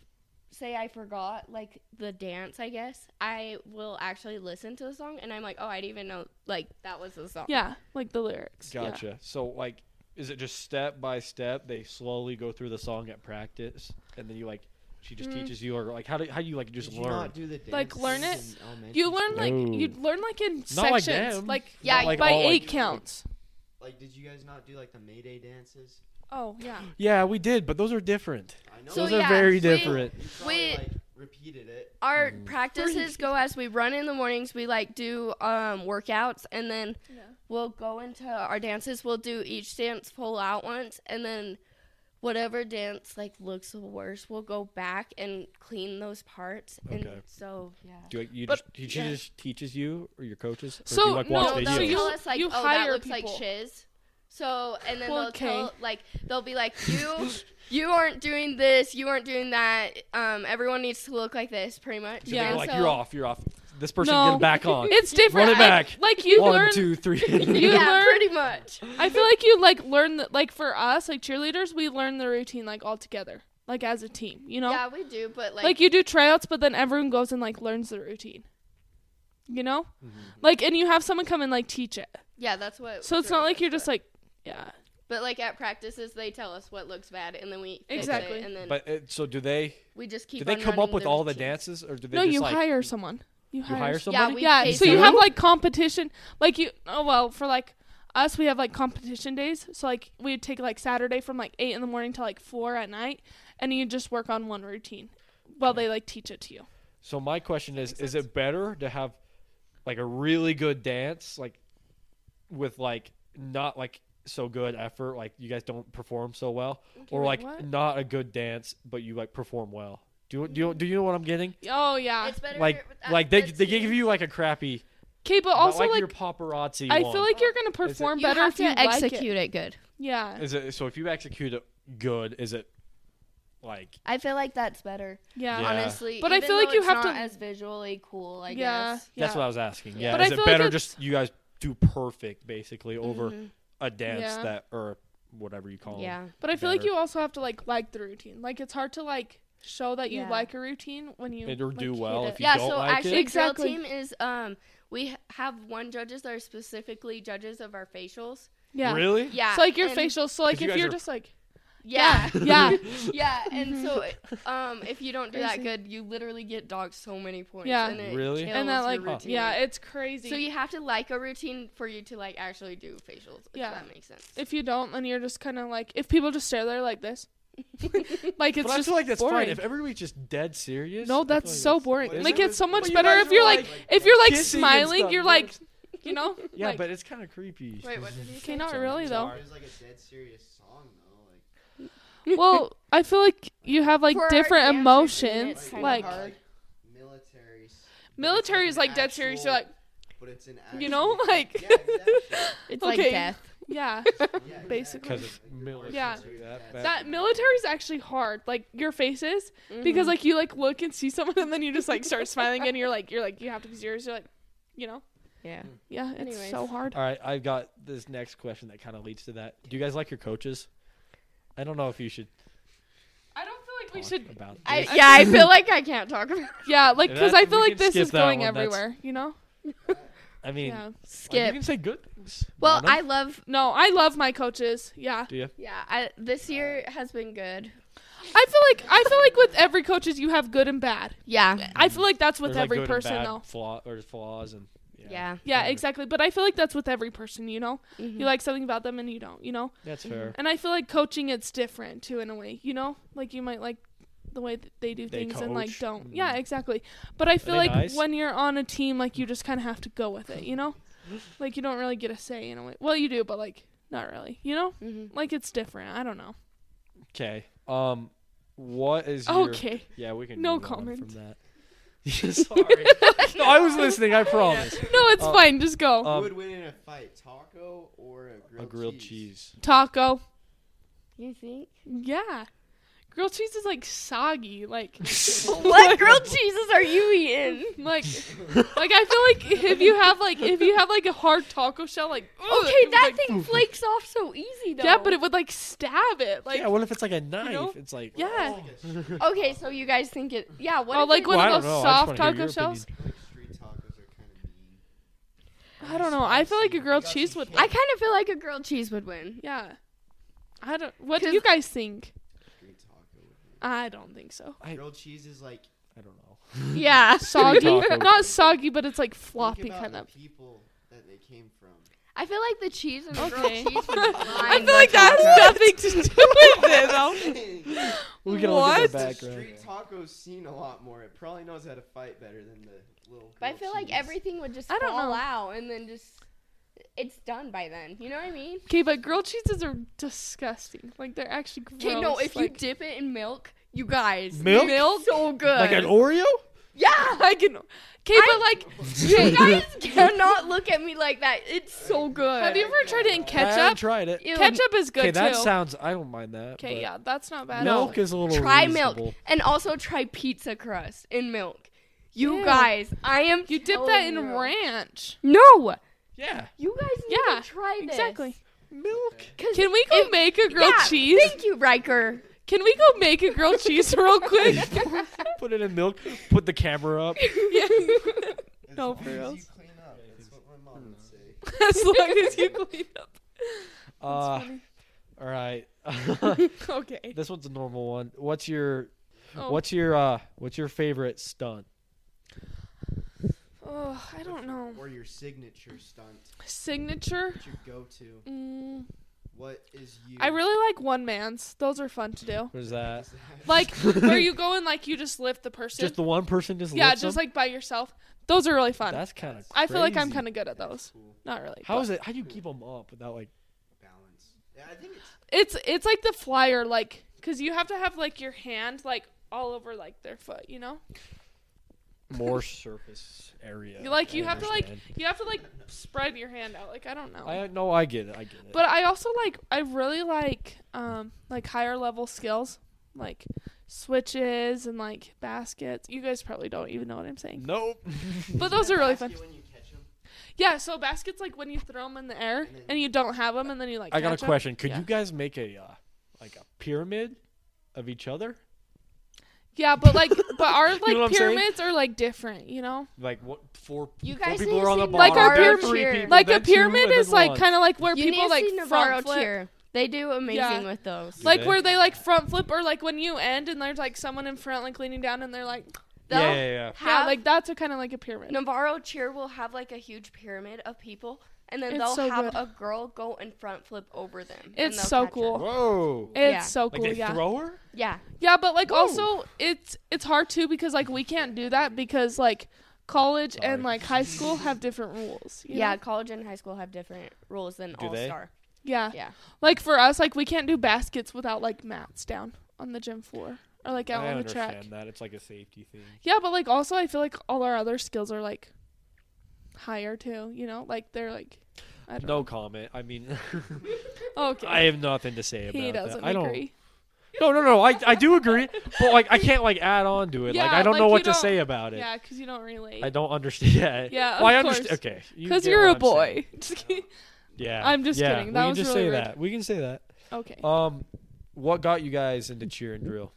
S8: say I forgot like the dance, I guess I will actually listen to the song, and I'm like, oh, I didn't even know like that was the song.
S7: Yeah, like the lyrics. yeah.
S5: Gotcha. So like, is it just step by step? They slowly go through the song at practice, and then you like, she
S8: Mm.
S5: just teaches you, or like, how do how do you like just
S1: Did you
S5: learn?
S1: not do the dance
S7: Like, learn it?
S1: in elementary
S7: You learn like
S5: No.
S7: you learn like in
S5: Not like
S7: sections,
S5: them.
S7: like
S8: Yeah,
S5: Not, like,
S7: by
S5: all, like-
S7: eight counts.
S1: Like, did you guys not do like the Mayday dances?
S7: Oh yeah,
S5: yeah, we did, but those are different.
S1: I know.
S8: So,
S5: those
S1: you
S5: are
S8: yeah,
S5: very
S8: we-
S5: different.
S1: probably,
S8: we-
S1: like repeated it.
S8: Our
S5: Mm.
S8: practices go as we run in the mornings. We like do um, workouts, and then we'll go into our dances. We'll do each dance full out once, and then whatever dance like looks the worst, we'll go back and clean those parts.
S5: Okay.
S8: And so yeah.
S5: Do you, you
S7: But-
S5: just she just teaches you or your coaches? Or do
S7: So,
S5: you, like,
S7: no,
S5: watch
S7: no,
S8: they'll
S5: videos?
S7: so you-
S8: tell us like,
S7: you
S8: oh, that
S7: hire
S8: looks
S7: people.
S8: like shiz. So and then
S7: Well,
S8: they'll tell
S7: okay.
S8: like they'll be like you, you aren't doing this, you aren't doing that. Um, everyone needs to look like this, pretty much.
S5: So
S7: Yeah.
S5: they're
S8: And
S5: like
S8: so-
S5: you're off, you're off. This person
S7: No.
S5: get it back on.
S7: it's different.
S5: Run it
S7: like-
S5: back.
S7: Like, you
S5: One,
S7: learn.
S5: two, three.
S7: You
S8: yeah,
S7: learn.
S8: pretty much.
S7: I feel like you like learn that. Like for us, like cheerleaders, we learn the routine like all together, like as a team. You know,
S8: Yeah, we do, but like,
S7: like you do tryouts, but then everyone goes and like learns the routine. You know, like and you have someone come and like teach it.
S8: yeah, that's what.
S7: So it's
S8: Drew
S7: not like
S8: does,
S7: you're just
S8: but-
S7: like, yeah,
S8: But like at practices, they tell us what looks bad, and then we fix
S7: Exactly.
S8: it, and then
S5: but it, so do they?
S8: we just keep.
S5: Do they
S8: on
S5: come up
S8: running
S5: with
S8: the
S5: all the
S8: routine.
S5: dances, or do they
S7: no,
S5: just
S7: you
S5: like
S7: hire someone. You
S5: you
S7: hire,
S5: hire
S7: someone.
S8: Yeah,
S5: somebody?
S8: we
S7: Yeah,
S8: pay
S7: so you
S8: someone.
S7: have like competition, like you. Oh well, for like us, we have like competition days. So like we'd take like Saturday from like eight in the morning to like four at night, and you just work on one routine while they like teach it to you.
S5: So my question is: Is it better to have like a really good dance, like with like not like so good effort, like you guys don't perform so well, or
S7: wait,
S5: like
S7: what?
S5: not a good dance but you like perform well? Do you do
S7: Mm.
S5: you, do you know what I'm getting?
S7: Oh yeah.
S8: It's better
S5: Like
S8: for-
S5: like they
S8: that's
S5: they
S8: the-
S5: give you like a crappy,
S7: Okay, but
S5: not
S7: also
S5: like,
S7: like,
S5: your paparazzi.
S7: I
S5: one.
S7: feel like you're gonna perform
S8: You
S7: better
S8: have
S7: if
S8: to
S7: you like
S8: execute
S7: it.
S8: it good.
S7: Yeah.
S5: is it so if you execute it good, is it like
S8: I feel like that's better,
S7: yeah,
S5: Yeah.
S8: honestly.
S7: But I
S8: even
S7: feel like
S8: though
S7: you
S8: it's
S7: have to-
S8: not as visually cool. I
S7: yeah,
S8: guess.
S5: that's what I was asking? Yeah,
S7: But I
S5: is
S7: feel
S5: it
S7: like
S5: better
S7: it's- Mm-hmm.
S5: just you guys do perfect basically over a dance
S7: Yeah.
S5: that or whatever you call it?
S8: Yeah.
S7: But I feel like
S5: better.
S7: you also have to like like the routine. Like it's hard to like show that you
S8: Yeah.
S7: like a routine when you
S5: And or
S7: like,
S5: do
S7: hate
S5: well
S7: it.
S5: if you
S8: Uh, yeah.
S5: don't
S8: So
S5: like it-
S8: actually,
S7: Exactly.
S8: drill team is um we h- have one judges that are specifically judges of our facials.
S7: yeah.
S5: Really?
S8: Yeah.
S7: So like your
S8: and-
S7: facial. So like
S5: Because you
S7: if
S5: guys
S7: you're
S5: are-
S7: just like
S8: Yeah.
S7: yeah Mm-hmm.
S8: yeah. And so um if you don't do that
S7: Crazy.
S8: good, you literally get docked so many points.
S7: Yeah.
S8: And it
S5: Really?
S8: kills
S7: and that
S8: your
S7: like
S8: routine.
S7: yeah it's crazy.
S8: So you have to like a routine for you to like actually do facials. If
S7: Yeah.
S8: that makes sense.
S7: if you don't, then you're just kind of like if people just stare there like this, like it's
S5: but I
S7: just
S5: feel like that's
S7: boring.
S5: fine if everybody's just dead serious. I
S7: no,
S5: feel
S7: that's
S5: like
S7: so boring.
S5: But
S7: Like
S5: isn't
S7: it's so much
S5: but you
S7: better
S5: guys
S7: if you're
S5: are,
S7: like,
S5: like,
S7: if you're like
S5: kissing and
S7: smiling,
S5: stuff.
S7: you're
S5: No,
S7: like, you know,
S5: Yeah,
S7: like,
S5: but it's kind of creepy.
S8: Wait, what did you
S7: okay,
S8: say?
S7: not really though.
S1: It was like a dead serious song though. Like,
S7: Well, I feel like you have like
S8: For our
S7: different
S8: dancers,
S7: emotions.
S8: it's kinda
S7: Like
S8: hard.
S1: military. s-
S7: military is
S1: an
S7: like dead serious. You're like,
S1: actual- But it's an actual.
S7: you know, like
S1: Yeah, exactly.
S8: It's
S7: like
S8: like
S7: Okay.
S8: death.
S7: death. yeah,
S1: Yeah,
S7: basically.
S5: Because it's military.
S7: Yeah.
S5: That,
S7: That military is actually hard. Like your faces, because like you like look and see someone, and then you just like start smiling, and you're like, you're like, you have to be serious. You're like, you know,
S8: Yeah.
S7: yeah, it's
S8: Anyways.
S7: so hard.
S5: All right, I've got this next question that kind of leads to that. Do you guys like your coaches? I don't know if you should
S7: I don't feel like we
S5: talk
S7: should.
S5: about
S8: I,
S5: this.
S8: yeah, I feel like I can't talk about.
S7: Yeah, like because
S5: That's-
S7: I feel
S5: we
S7: like
S5: can
S7: this
S5: skip
S7: is
S5: that
S7: going
S5: one, that's-
S7: everywhere. You know.
S5: I mean,
S7: Yeah.
S5: you
S8: Skip.
S5: can say good things.
S8: Well,
S5: Lana.
S8: I love.
S7: No, I love my coaches. Yeah.
S5: do you?
S8: Yeah, I, this year has been good.
S7: I feel like I feel like with every coaches you have good and bad.
S8: Yeah,
S7: I feel like that's with
S5: There's, like,
S7: every
S5: good and
S7: person
S5: bad
S7: though.
S5: Flaw or flaws and yeah.
S8: yeah.
S7: Yeah, exactly. But I feel like that's with every person, you know? You like something about them and you don't, you know?
S5: that's fair.
S7: And I feel like coaching it's different too in a way, you know? Like you might like the way that they do
S5: They
S7: things and like
S5: coach. Mm.
S7: don't. Yeah, exactly. But I feel
S5: they
S7: like
S5: nice?
S7: when you're on a team like you just kind of have to go with it, you know? like you don't really get a say in a way. Well, you do, but like not really, you know? Like it's different. I don't know.
S5: Okay. Um, what is your?
S7: Okay.
S5: Yeah, we can.
S7: No
S5: move on
S7: comment.
S5: from that. Sorry. no, I was listening. I promise.
S7: No, it's fine. Just go.
S5: Um,
S1: Who would win in a fight, taco or a grilled,
S5: a grilled cheese.
S7: Taco.
S8: You think?
S7: Yeah. Grilled cheese is like soggy, like
S8: What grilled cheeses are you eating?
S7: like like I feel like if you have like if you have like a hard taco shell, like ugh,
S8: Okay,
S7: Oh, it would,
S8: that
S7: like,
S8: thing flakes off so easy though.
S7: yeah, but it would like stab it, like
S5: yeah, what if it's like a knife?
S7: know?
S5: It's like
S4: oh,
S7: yeah.
S8: okay. So you guys think it? Yeah. What?
S7: Oh,
S8: if
S7: like
S8: it-
S7: one
S5: Well, I
S7: of
S5: don't
S7: those
S5: know. I just
S7: soft
S5: wanna hear
S7: taco
S5: your
S7: shells.
S1: I feel like street tacos are kind of mean.
S7: I don't know. I feel like a grilled cheese would.
S8: I kind of feel like a grilled cheese would win.
S7: yeah. I don't. What do
S8: 'Cause-
S7: you guys think?
S1: Street taco. would win.
S7: I don't think so.
S1: Grilled cheese is like
S5: I don't know.
S8: Yeah.
S7: Soggy,
S5: taco.
S7: not soggy, but it's like floppy
S1: think about
S7: kind
S1: the
S7: of.
S1: people that they came from.
S8: I feel like the cheese and the
S7: Okay.
S8: grilled cheese would
S7: I
S8: combine.
S7: feel like that has nothing to do with it. though.
S5: We can all get the
S1: The
S5: background.
S1: street taco's seen a lot more. It probably knows how to fight better than the little.
S8: But I
S1: grilled
S8: feel like
S1: cheese.
S8: everything would just
S7: I don't
S8: fall
S7: know.
S8: out and then just it's done by then. You know what I mean?
S7: Okay, but grilled cheeses are disgusting. Like they're actually gross.
S8: Okay, no, if you
S7: like,
S8: dip it in milk, you guys
S5: Milk?
S8: it's so good.
S5: Like an Oreo?
S8: yeah,
S7: I can. Okay, but like,
S8: you guys cannot look at me like that. It's so good.
S7: have you ever tried it in
S5: I haven't
S7: ketchup?
S5: tried it.
S8: Ew.
S7: Ketchup is
S5: Okay,
S7: good
S5: that
S7: too.
S5: sounds. I don't mind that.
S7: okay,
S5: but
S7: yeah, that's not bad.
S5: Milk is a little.
S8: Try milk
S5: reasonable.
S8: and also try pizza crust in milk. You
S7: Ew.
S8: guys, I am.
S7: You dip
S8: telling
S7: that in
S8: you.
S7: ranch.
S8: No,
S5: Yeah,
S8: you guys need
S7: Yeah,
S8: to try this.
S7: Exactly.
S5: milk.
S8: 'Cause
S7: Can we go
S8: if-
S7: make a grilled
S8: yeah,
S7: cheese?
S8: Thank you, Riker.
S7: Can we go make a grilled cheese real quick?
S5: Put it in milk. Put the camera up.
S7: Yeah.
S1: As
S7: No,
S1: long
S7: for
S1: as
S7: reals.
S1: you clean up. That's what my mom would say.
S7: as long as you clean up.
S5: Uh, all right.
S7: Okay.
S5: this one's a normal one. What's your
S7: Oh.
S5: What's your uh What's your favorite stunt?
S7: Oh, I don't know.
S1: Or your signature stunt.
S7: Signature.
S1: What's your go-to?
S7: Mm,
S1: What is you?
S7: I really like one man's. Those are fun to do.
S5: What is that?
S7: Like where you go and like you just lift the person.
S5: Just the one person just
S7: yeah,
S5: lifts
S7: just
S5: them?
S7: like by yourself. Those are really fun.
S5: that's kind of.
S7: I feel like I'm kind of good at those. Not really.
S5: How
S7: but-
S5: is it? How do you keep them up without like?
S1: balance. Yeah, I think it's
S7: It's it's like the flyer, like because you have to have like your hand like all over like their foot, you know.
S5: more surface area.
S7: You- like
S5: I
S7: you have to like
S5: understand.
S7: you have to like spread your hand out. Like I don't know.
S5: I no, I get it. I get it.
S7: but I also like I really like um like higher level skills like switches and like baskets. You guys probably don't even know what I'm saying,
S5: nope.
S7: but those are really fun.
S1: basket when you catch 'em.
S7: Yeah, so baskets like when you throw them in the air and you don't have them and then you like.
S5: I got
S7: catch
S5: a
S7: 'em.
S5: question. Could
S7: Yeah.
S5: you guys make a uh, like a pyramid of each other?
S7: Yeah, but like, but our like
S5: what I'm saying?
S7: pyramids are you different, you know.
S5: Like what four,
S8: You
S5: four
S8: guys
S5: people
S8: need
S5: are on
S8: to
S5: the
S8: see
S5: bottom?
S7: Like our
S5: then
S7: pyramid-
S5: three
S8: like
S5: people,
S7: like
S5: then
S7: a
S5: two,
S7: pyramid
S5: and then
S7: is like
S5: one.
S7: kind of like where
S8: you
S7: people
S8: need
S7: like
S8: to see Navarro
S7: front flip,
S8: tier. They do amazing
S7: Yeah.
S8: with those.
S7: like
S5: they?
S7: where they like front flip or like when you end and there's like someone in front like leaning down and they're like
S8: They'll
S5: Yeah, yeah, yeah.
S8: have-
S7: yeah like that's a kind of like a pyramid.
S8: Navarro cheer will have like a huge pyramid of people, and then
S7: It's
S8: they'll
S7: so
S8: have
S7: good.
S8: a girl go and front flip over them. and
S7: It's
S8: they'll
S7: so
S8: catch her.
S7: cool.
S5: Whoa.
S7: It's
S8: Yeah.
S7: so
S5: Like
S7: cool,
S5: they
S7: yeah.
S5: throw her?
S8: Yeah,
S7: yeah, but like also it's it's hard too because like we can't do that because like college and like high school have different rules. you
S8: yeah.
S7: know?
S8: College and high school have different rules than
S5: Do
S8: all
S5: they?
S8: star.
S7: yeah,
S8: Yeah.
S7: Like for us, like we can't do baskets without like mats down on the gym floor or like out
S5: I
S7: on the
S5: understand
S7: track.
S5: that. It's like a safety thing.
S7: Yeah, but like also I feel like all our other skills are like higher too, you know? Like they're like I don't
S5: No comment. I mean,
S7: know. Okay.
S5: I have nothing to say about
S7: he doesn't
S5: that. I don't.
S7: agree.
S5: No, no, no. I, I do agree, but like I can't like add on to it. like
S7: Yeah,
S5: I don't
S7: like,
S5: know
S7: you
S5: what
S7: don't-
S5: to say about it.
S7: Yeah, because you don't relate.
S5: I don't understand. Yeah.
S7: Yeah,
S5: Well, I
S7: of
S5: understand.
S7: course.
S5: Okay. you
S7: Because
S5: get
S7: you are a
S5: what I'm saying.
S7: boy. Just kidding.
S5: Yeah.
S7: I'm just
S5: yeah,
S7: kidding.
S5: We
S7: That
S5: can
S7: was
S5: just
S7: really
S5: say
S7: rude.
S5: that. We can say that.
S7: okay.
S5: Um, what got you guys into cheer and drill?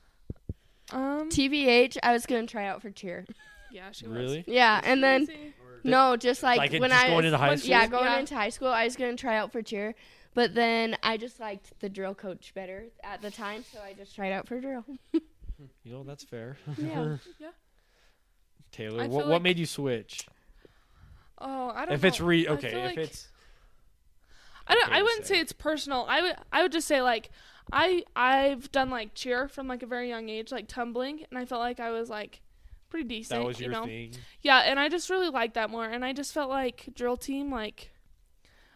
S7: Um.
S8: TBH, I was gonna try out for cheer.
S7: Yeah, she was.
S5: Really?
S8: Yeah, and then
S7: Crazy.
S1: Or or
S8: No, just like,
S5: Like it-
S8: when
S5: just
S8: I
S5: going
S8: was,
S5: into high
S8: when-
S5: school?
S8: Yeah, going
S7: Yeah.
S8: into high school, I was gonna try out for cheer, but then I just liked the drill coach better at the time, so I just tried out for drill.
S5: You know, that's fair.
S8: Yeah.
S7: Yeah.
S5: Taylor,
S7: I
S5: what,
S7: feel
S5: what
S7: like-
S5: made you switch?
S7: Oh, I don't.
S5: If it's
S7: know.
S5: re
S7: I
S5: okay,
S7: feel
S5: if
S7: like-
S5: it's
S7: I don't.
S5: Okay,
S7: I wouldn't
S5: so-
S7: say it's personal. I would. I would just say like, I I've done like cheer from like a very young age, like tumbling, and I felt like I was like pretty decent.
S5: that was your
S7: you know?
S5: thing,
S7: Yeah, and I just really liked that more, and I just felt like drill team like,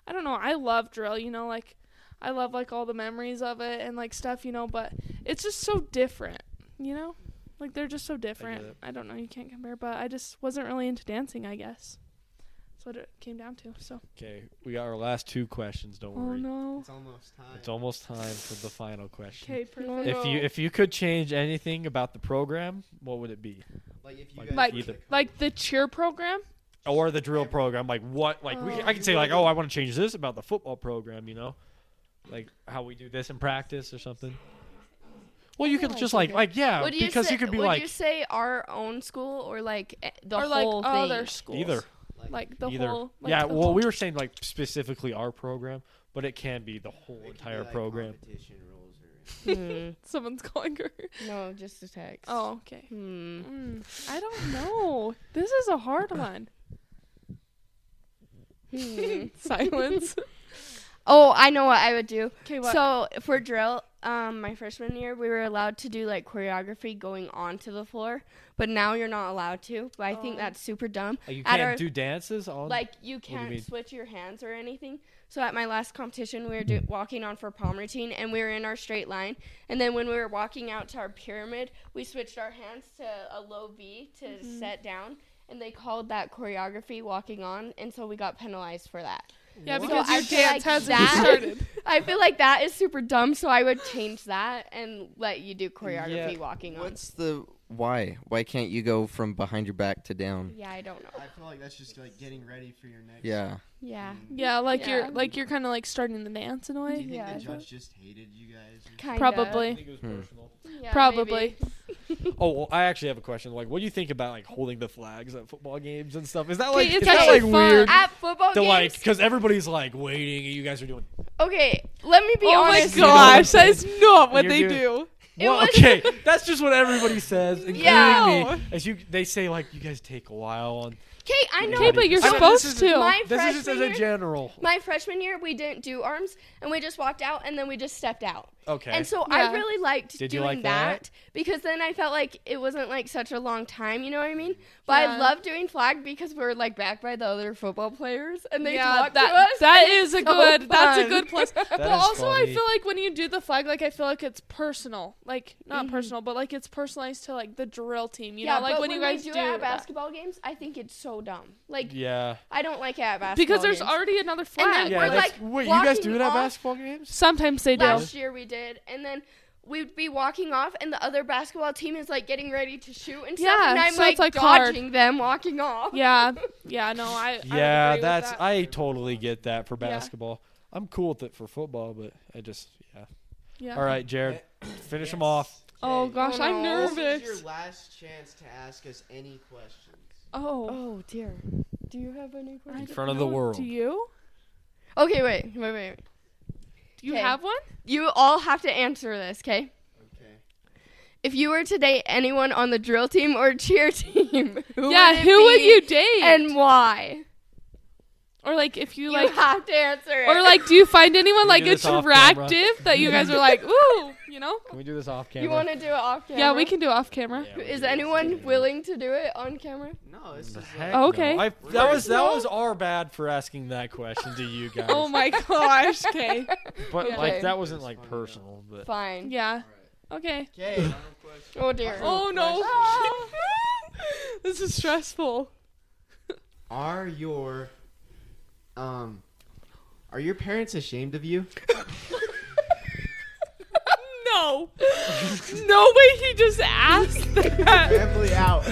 S7: I don't know. I love drill. You know, like I love like all the memories of it and like stuff. You know, but it's just so different. You know, like they're just so different.
S5: that.
S7: I, don't know. You can't compare, but I just wasn't really into dancing. I guess. That's what it came down to. So.
S5: okay, we got our last two questions. Don't
S7: Oh
S5: worry,
S7: no.
S4: It's almost time.
S5: it's almost time for the final question.
S7: Okay, perfect.
S5: If you if you could change anything about the program, what would it be?
S4: like if you
S5: like
S4: guys
S7: like
S5: either.
S7: like the cheer program.
S5: Or the drill program? Like what? Like we, I could say like, oh, I want to change this about the football program. You know, like how we do this in practice or something. Well, you
S7: Oh,
S5: could just like like yeah,
S8: Would you
S5: Oh, because
S8: say,
S5: you could be
S8: would
S5: like
S8: you say our own school or like eh, the
S7: or like
S8: whole thing?
S7: other schools.
S5: either.
S7: Like the
S5: either.
S7: whole. Like
S5: yeah,
S7: the
S5: well,
S7: whole-
S5: we were saying like specifically our program, but it can be the whole
S4: It could be,
S5: entire
S4: like,
S5: program.
S4: competition rules or-
S8: Hmm.
S7: Someone's calling her.
S8: No, just a text.
S7: Oh, okay.
S8: Hmm.
S7: Mm, I don't know. This is a hard one.
S8: Hmm.
S7: Silence.
S8: oh, I know what I would do.
S7: Okay, what?
S8: So for drill, um, my freshman year, we were allowed to do like choreography going onto the floor, but now you're not allowed to. But I think
S7: Oh.
S8: that's super dumb.
S5: Like, you
S8: At
S5: can't
S8: our-
S5: do dances on
S8: Like you
S5: Um, do you
S8: can't
S5: mean?
S8: switch your hands or anything. So at my last competition, we were do-
S5: Mm-hmm.
S8: walking on for palm routine, and we were in our straight line. And then when we were walking out to our pyramid, we switched our hands to a low V to set down. And they called that choreography walking on, and so we got penalized for that.
S7: yeah,
S8: So
S7: because
S8: I
S7: your
S8: feel
S7: dance
S8: like
S7: hasn't
S8: that-
S7: started.
S8: I feel like that is super dumb, so I would change that and let you do choreography walking on.
S9: What's the why? Why can't you go from behind your back to down?
S8: Yeah, I don't know.
S4: I feel like that's just like getting ready for your next.
S9: Yeah.
S8: Yeah,
S5: Mm.
S7: Yeah, like
S8: Yeah.
S7: you're like you're kind of like starting the dance in a
S4: Do you
S7: way.
S4: think
S8: Yeah.
S4: the judge just hated you guys? or-
S8: kind
S7: Probably.
S4: Hmm.
S7: Probably.
S5: Oh, well, I actually have a question. Like, what do you think about like holding the flags at football games and stuff? Is that like
S7: it's
S5: is that
S7: actually
S5: like
S7: fun.
S5: weird
S8: At football
S5: to
S8: games.
S5: like because everybody's like waiting and you guys are doing.
S8: okay, let me be
S7: oh
S8: honest.
S7: my gosh, that is not what
S5: You're
S7: they
S5: doing-
S7: do.
S8: It
S5: Well,
S8: was-
S5: okay, that's just what everybody says, including
S8: Yeah.
S5: me. As you, they say like you guys take a while. And
S8: Kate, I know.
S7: Okay, but you're
S5: I mean, this
S7: supposed
S5: is-
S7: to.
S8: my
S5: this is just
S8: freshman
S5: as a
S8: year,
S5: general.
S8: my freshman year, we didn't do arms, and we just walked out, and then we just stepped out.
S5: Okay.
S8: And so
S7: Yeah.
S8: I really liked
S5: Did you
S8: doing
S5: like that?
S8: because then I felt like it wasn't like such a long time, you know what I mean? But
S7: Yeah.
S8: I love doing flag because we were like backed by the other football players and they
S7: yeah,
S8: talked
S7: that
S8: to us.
S7: that is a
S8: so
S7: good. That's a
S8: fun.
S7: good plus. but
S5: is
S7: also, I
S5: funny.
S7: feel like when you do the flag, like I feel like it's personal. Like not personal, but like it's personalized to like the drill team.
S8: Mm-hmm.
S7: You
S8: yeah,
S7: know, like
S8: but
S7: when, you
S8: we
S7: guys
S8: do,
S7: do,
S8: it at
S7: that.
S8: basketball games, I think it's so dumb. Like
S5: yeah.
S8: I don't like it at basketball
S7: because there's
S8: games.
S7: already another
S8: And
S7: flag.
S8: then
S5: Yeah.
S8: we're
S5: that's-
S8: like
S5: wait, you guys
S8: walking
S5: do it at
S8: off-
S5: basketball games?
S7: Sometimes they do.
S8: last year we did, and then we'd be walking off, and the other basketball team is like getting ready to shoot and stuff,
S7: Yeah,
S8: and I'm
S7: so
S8: like,
S7: it's, like, hard.
S8: dodging them walking off.
S7: yeah, yeah, no, I. I would
S5: Yeah,
S7: agree with
S5: that's
S7: that.
S5: I totally get that for
S7: Yeah.
S5: basketball. I'm cool with it for football, but I just yeah.
S7: yeah.
S5: All right, Jared, finish them off.
S7: Oh
S4: Okay,
S7: gosh,
S8: Oh,
S7: I'm
S8: no.
S4: This is
S7: nervous.
S4: your last chance to ask us any questions.
S7: Oh,
S8: Oh dear. Do you have any
S7: I
S8: questions?
S7: don't
S5: front of the
S7: know.
S5: world.
S7: Do you?
S8: Okay, wait, wait, wait.
S7: Do you
S8: 'Kay.
S7: have one?
S8: You all have to answer this, okay?
S4: Okay.
S8: If you were to date anyone on the drill team or cheer team, who
S7: yeah.
S8: would it
S7: Who would
S8: be
S7: you date?
S8: and why?
S7: or like if you,
S8: You
S7: like,
S8: have to answer it.
S7: or like, do you find anyone like
S5: do this off camera.
S7: attractive that you guys are like, ooh, you know?
S5: Can we do this off camera?
S8: you want to do it off camera?
S7: Yeah, we can do it off camera.
S5: Yeah, we
S8: Is
S5: do this.
S8: anyone willing to do it on camera?
S4: No, this is like,
S5: Heck
S7: Oh,
S5: no.
S7: okay.
S5: I, that was that
S8: No.
S5: was our bad for asking that question to you guys.
S7: Oh my gosh. Okay.
S5: but
S7: yeah.
S5: like
S8: Okay.
S5: that wasn't
S4: That's
S5: like
S4: funny, though.
S5: personal, but
S8: Fine.
S7: Yeah. Okay.
S4: okay. Final question.
S8: Oh dear.
S7: Oh no. this is stressful.
S4: Are your um are your parents ashamed of you?
S7: No. no way he just asked that.
S4: Definitely out.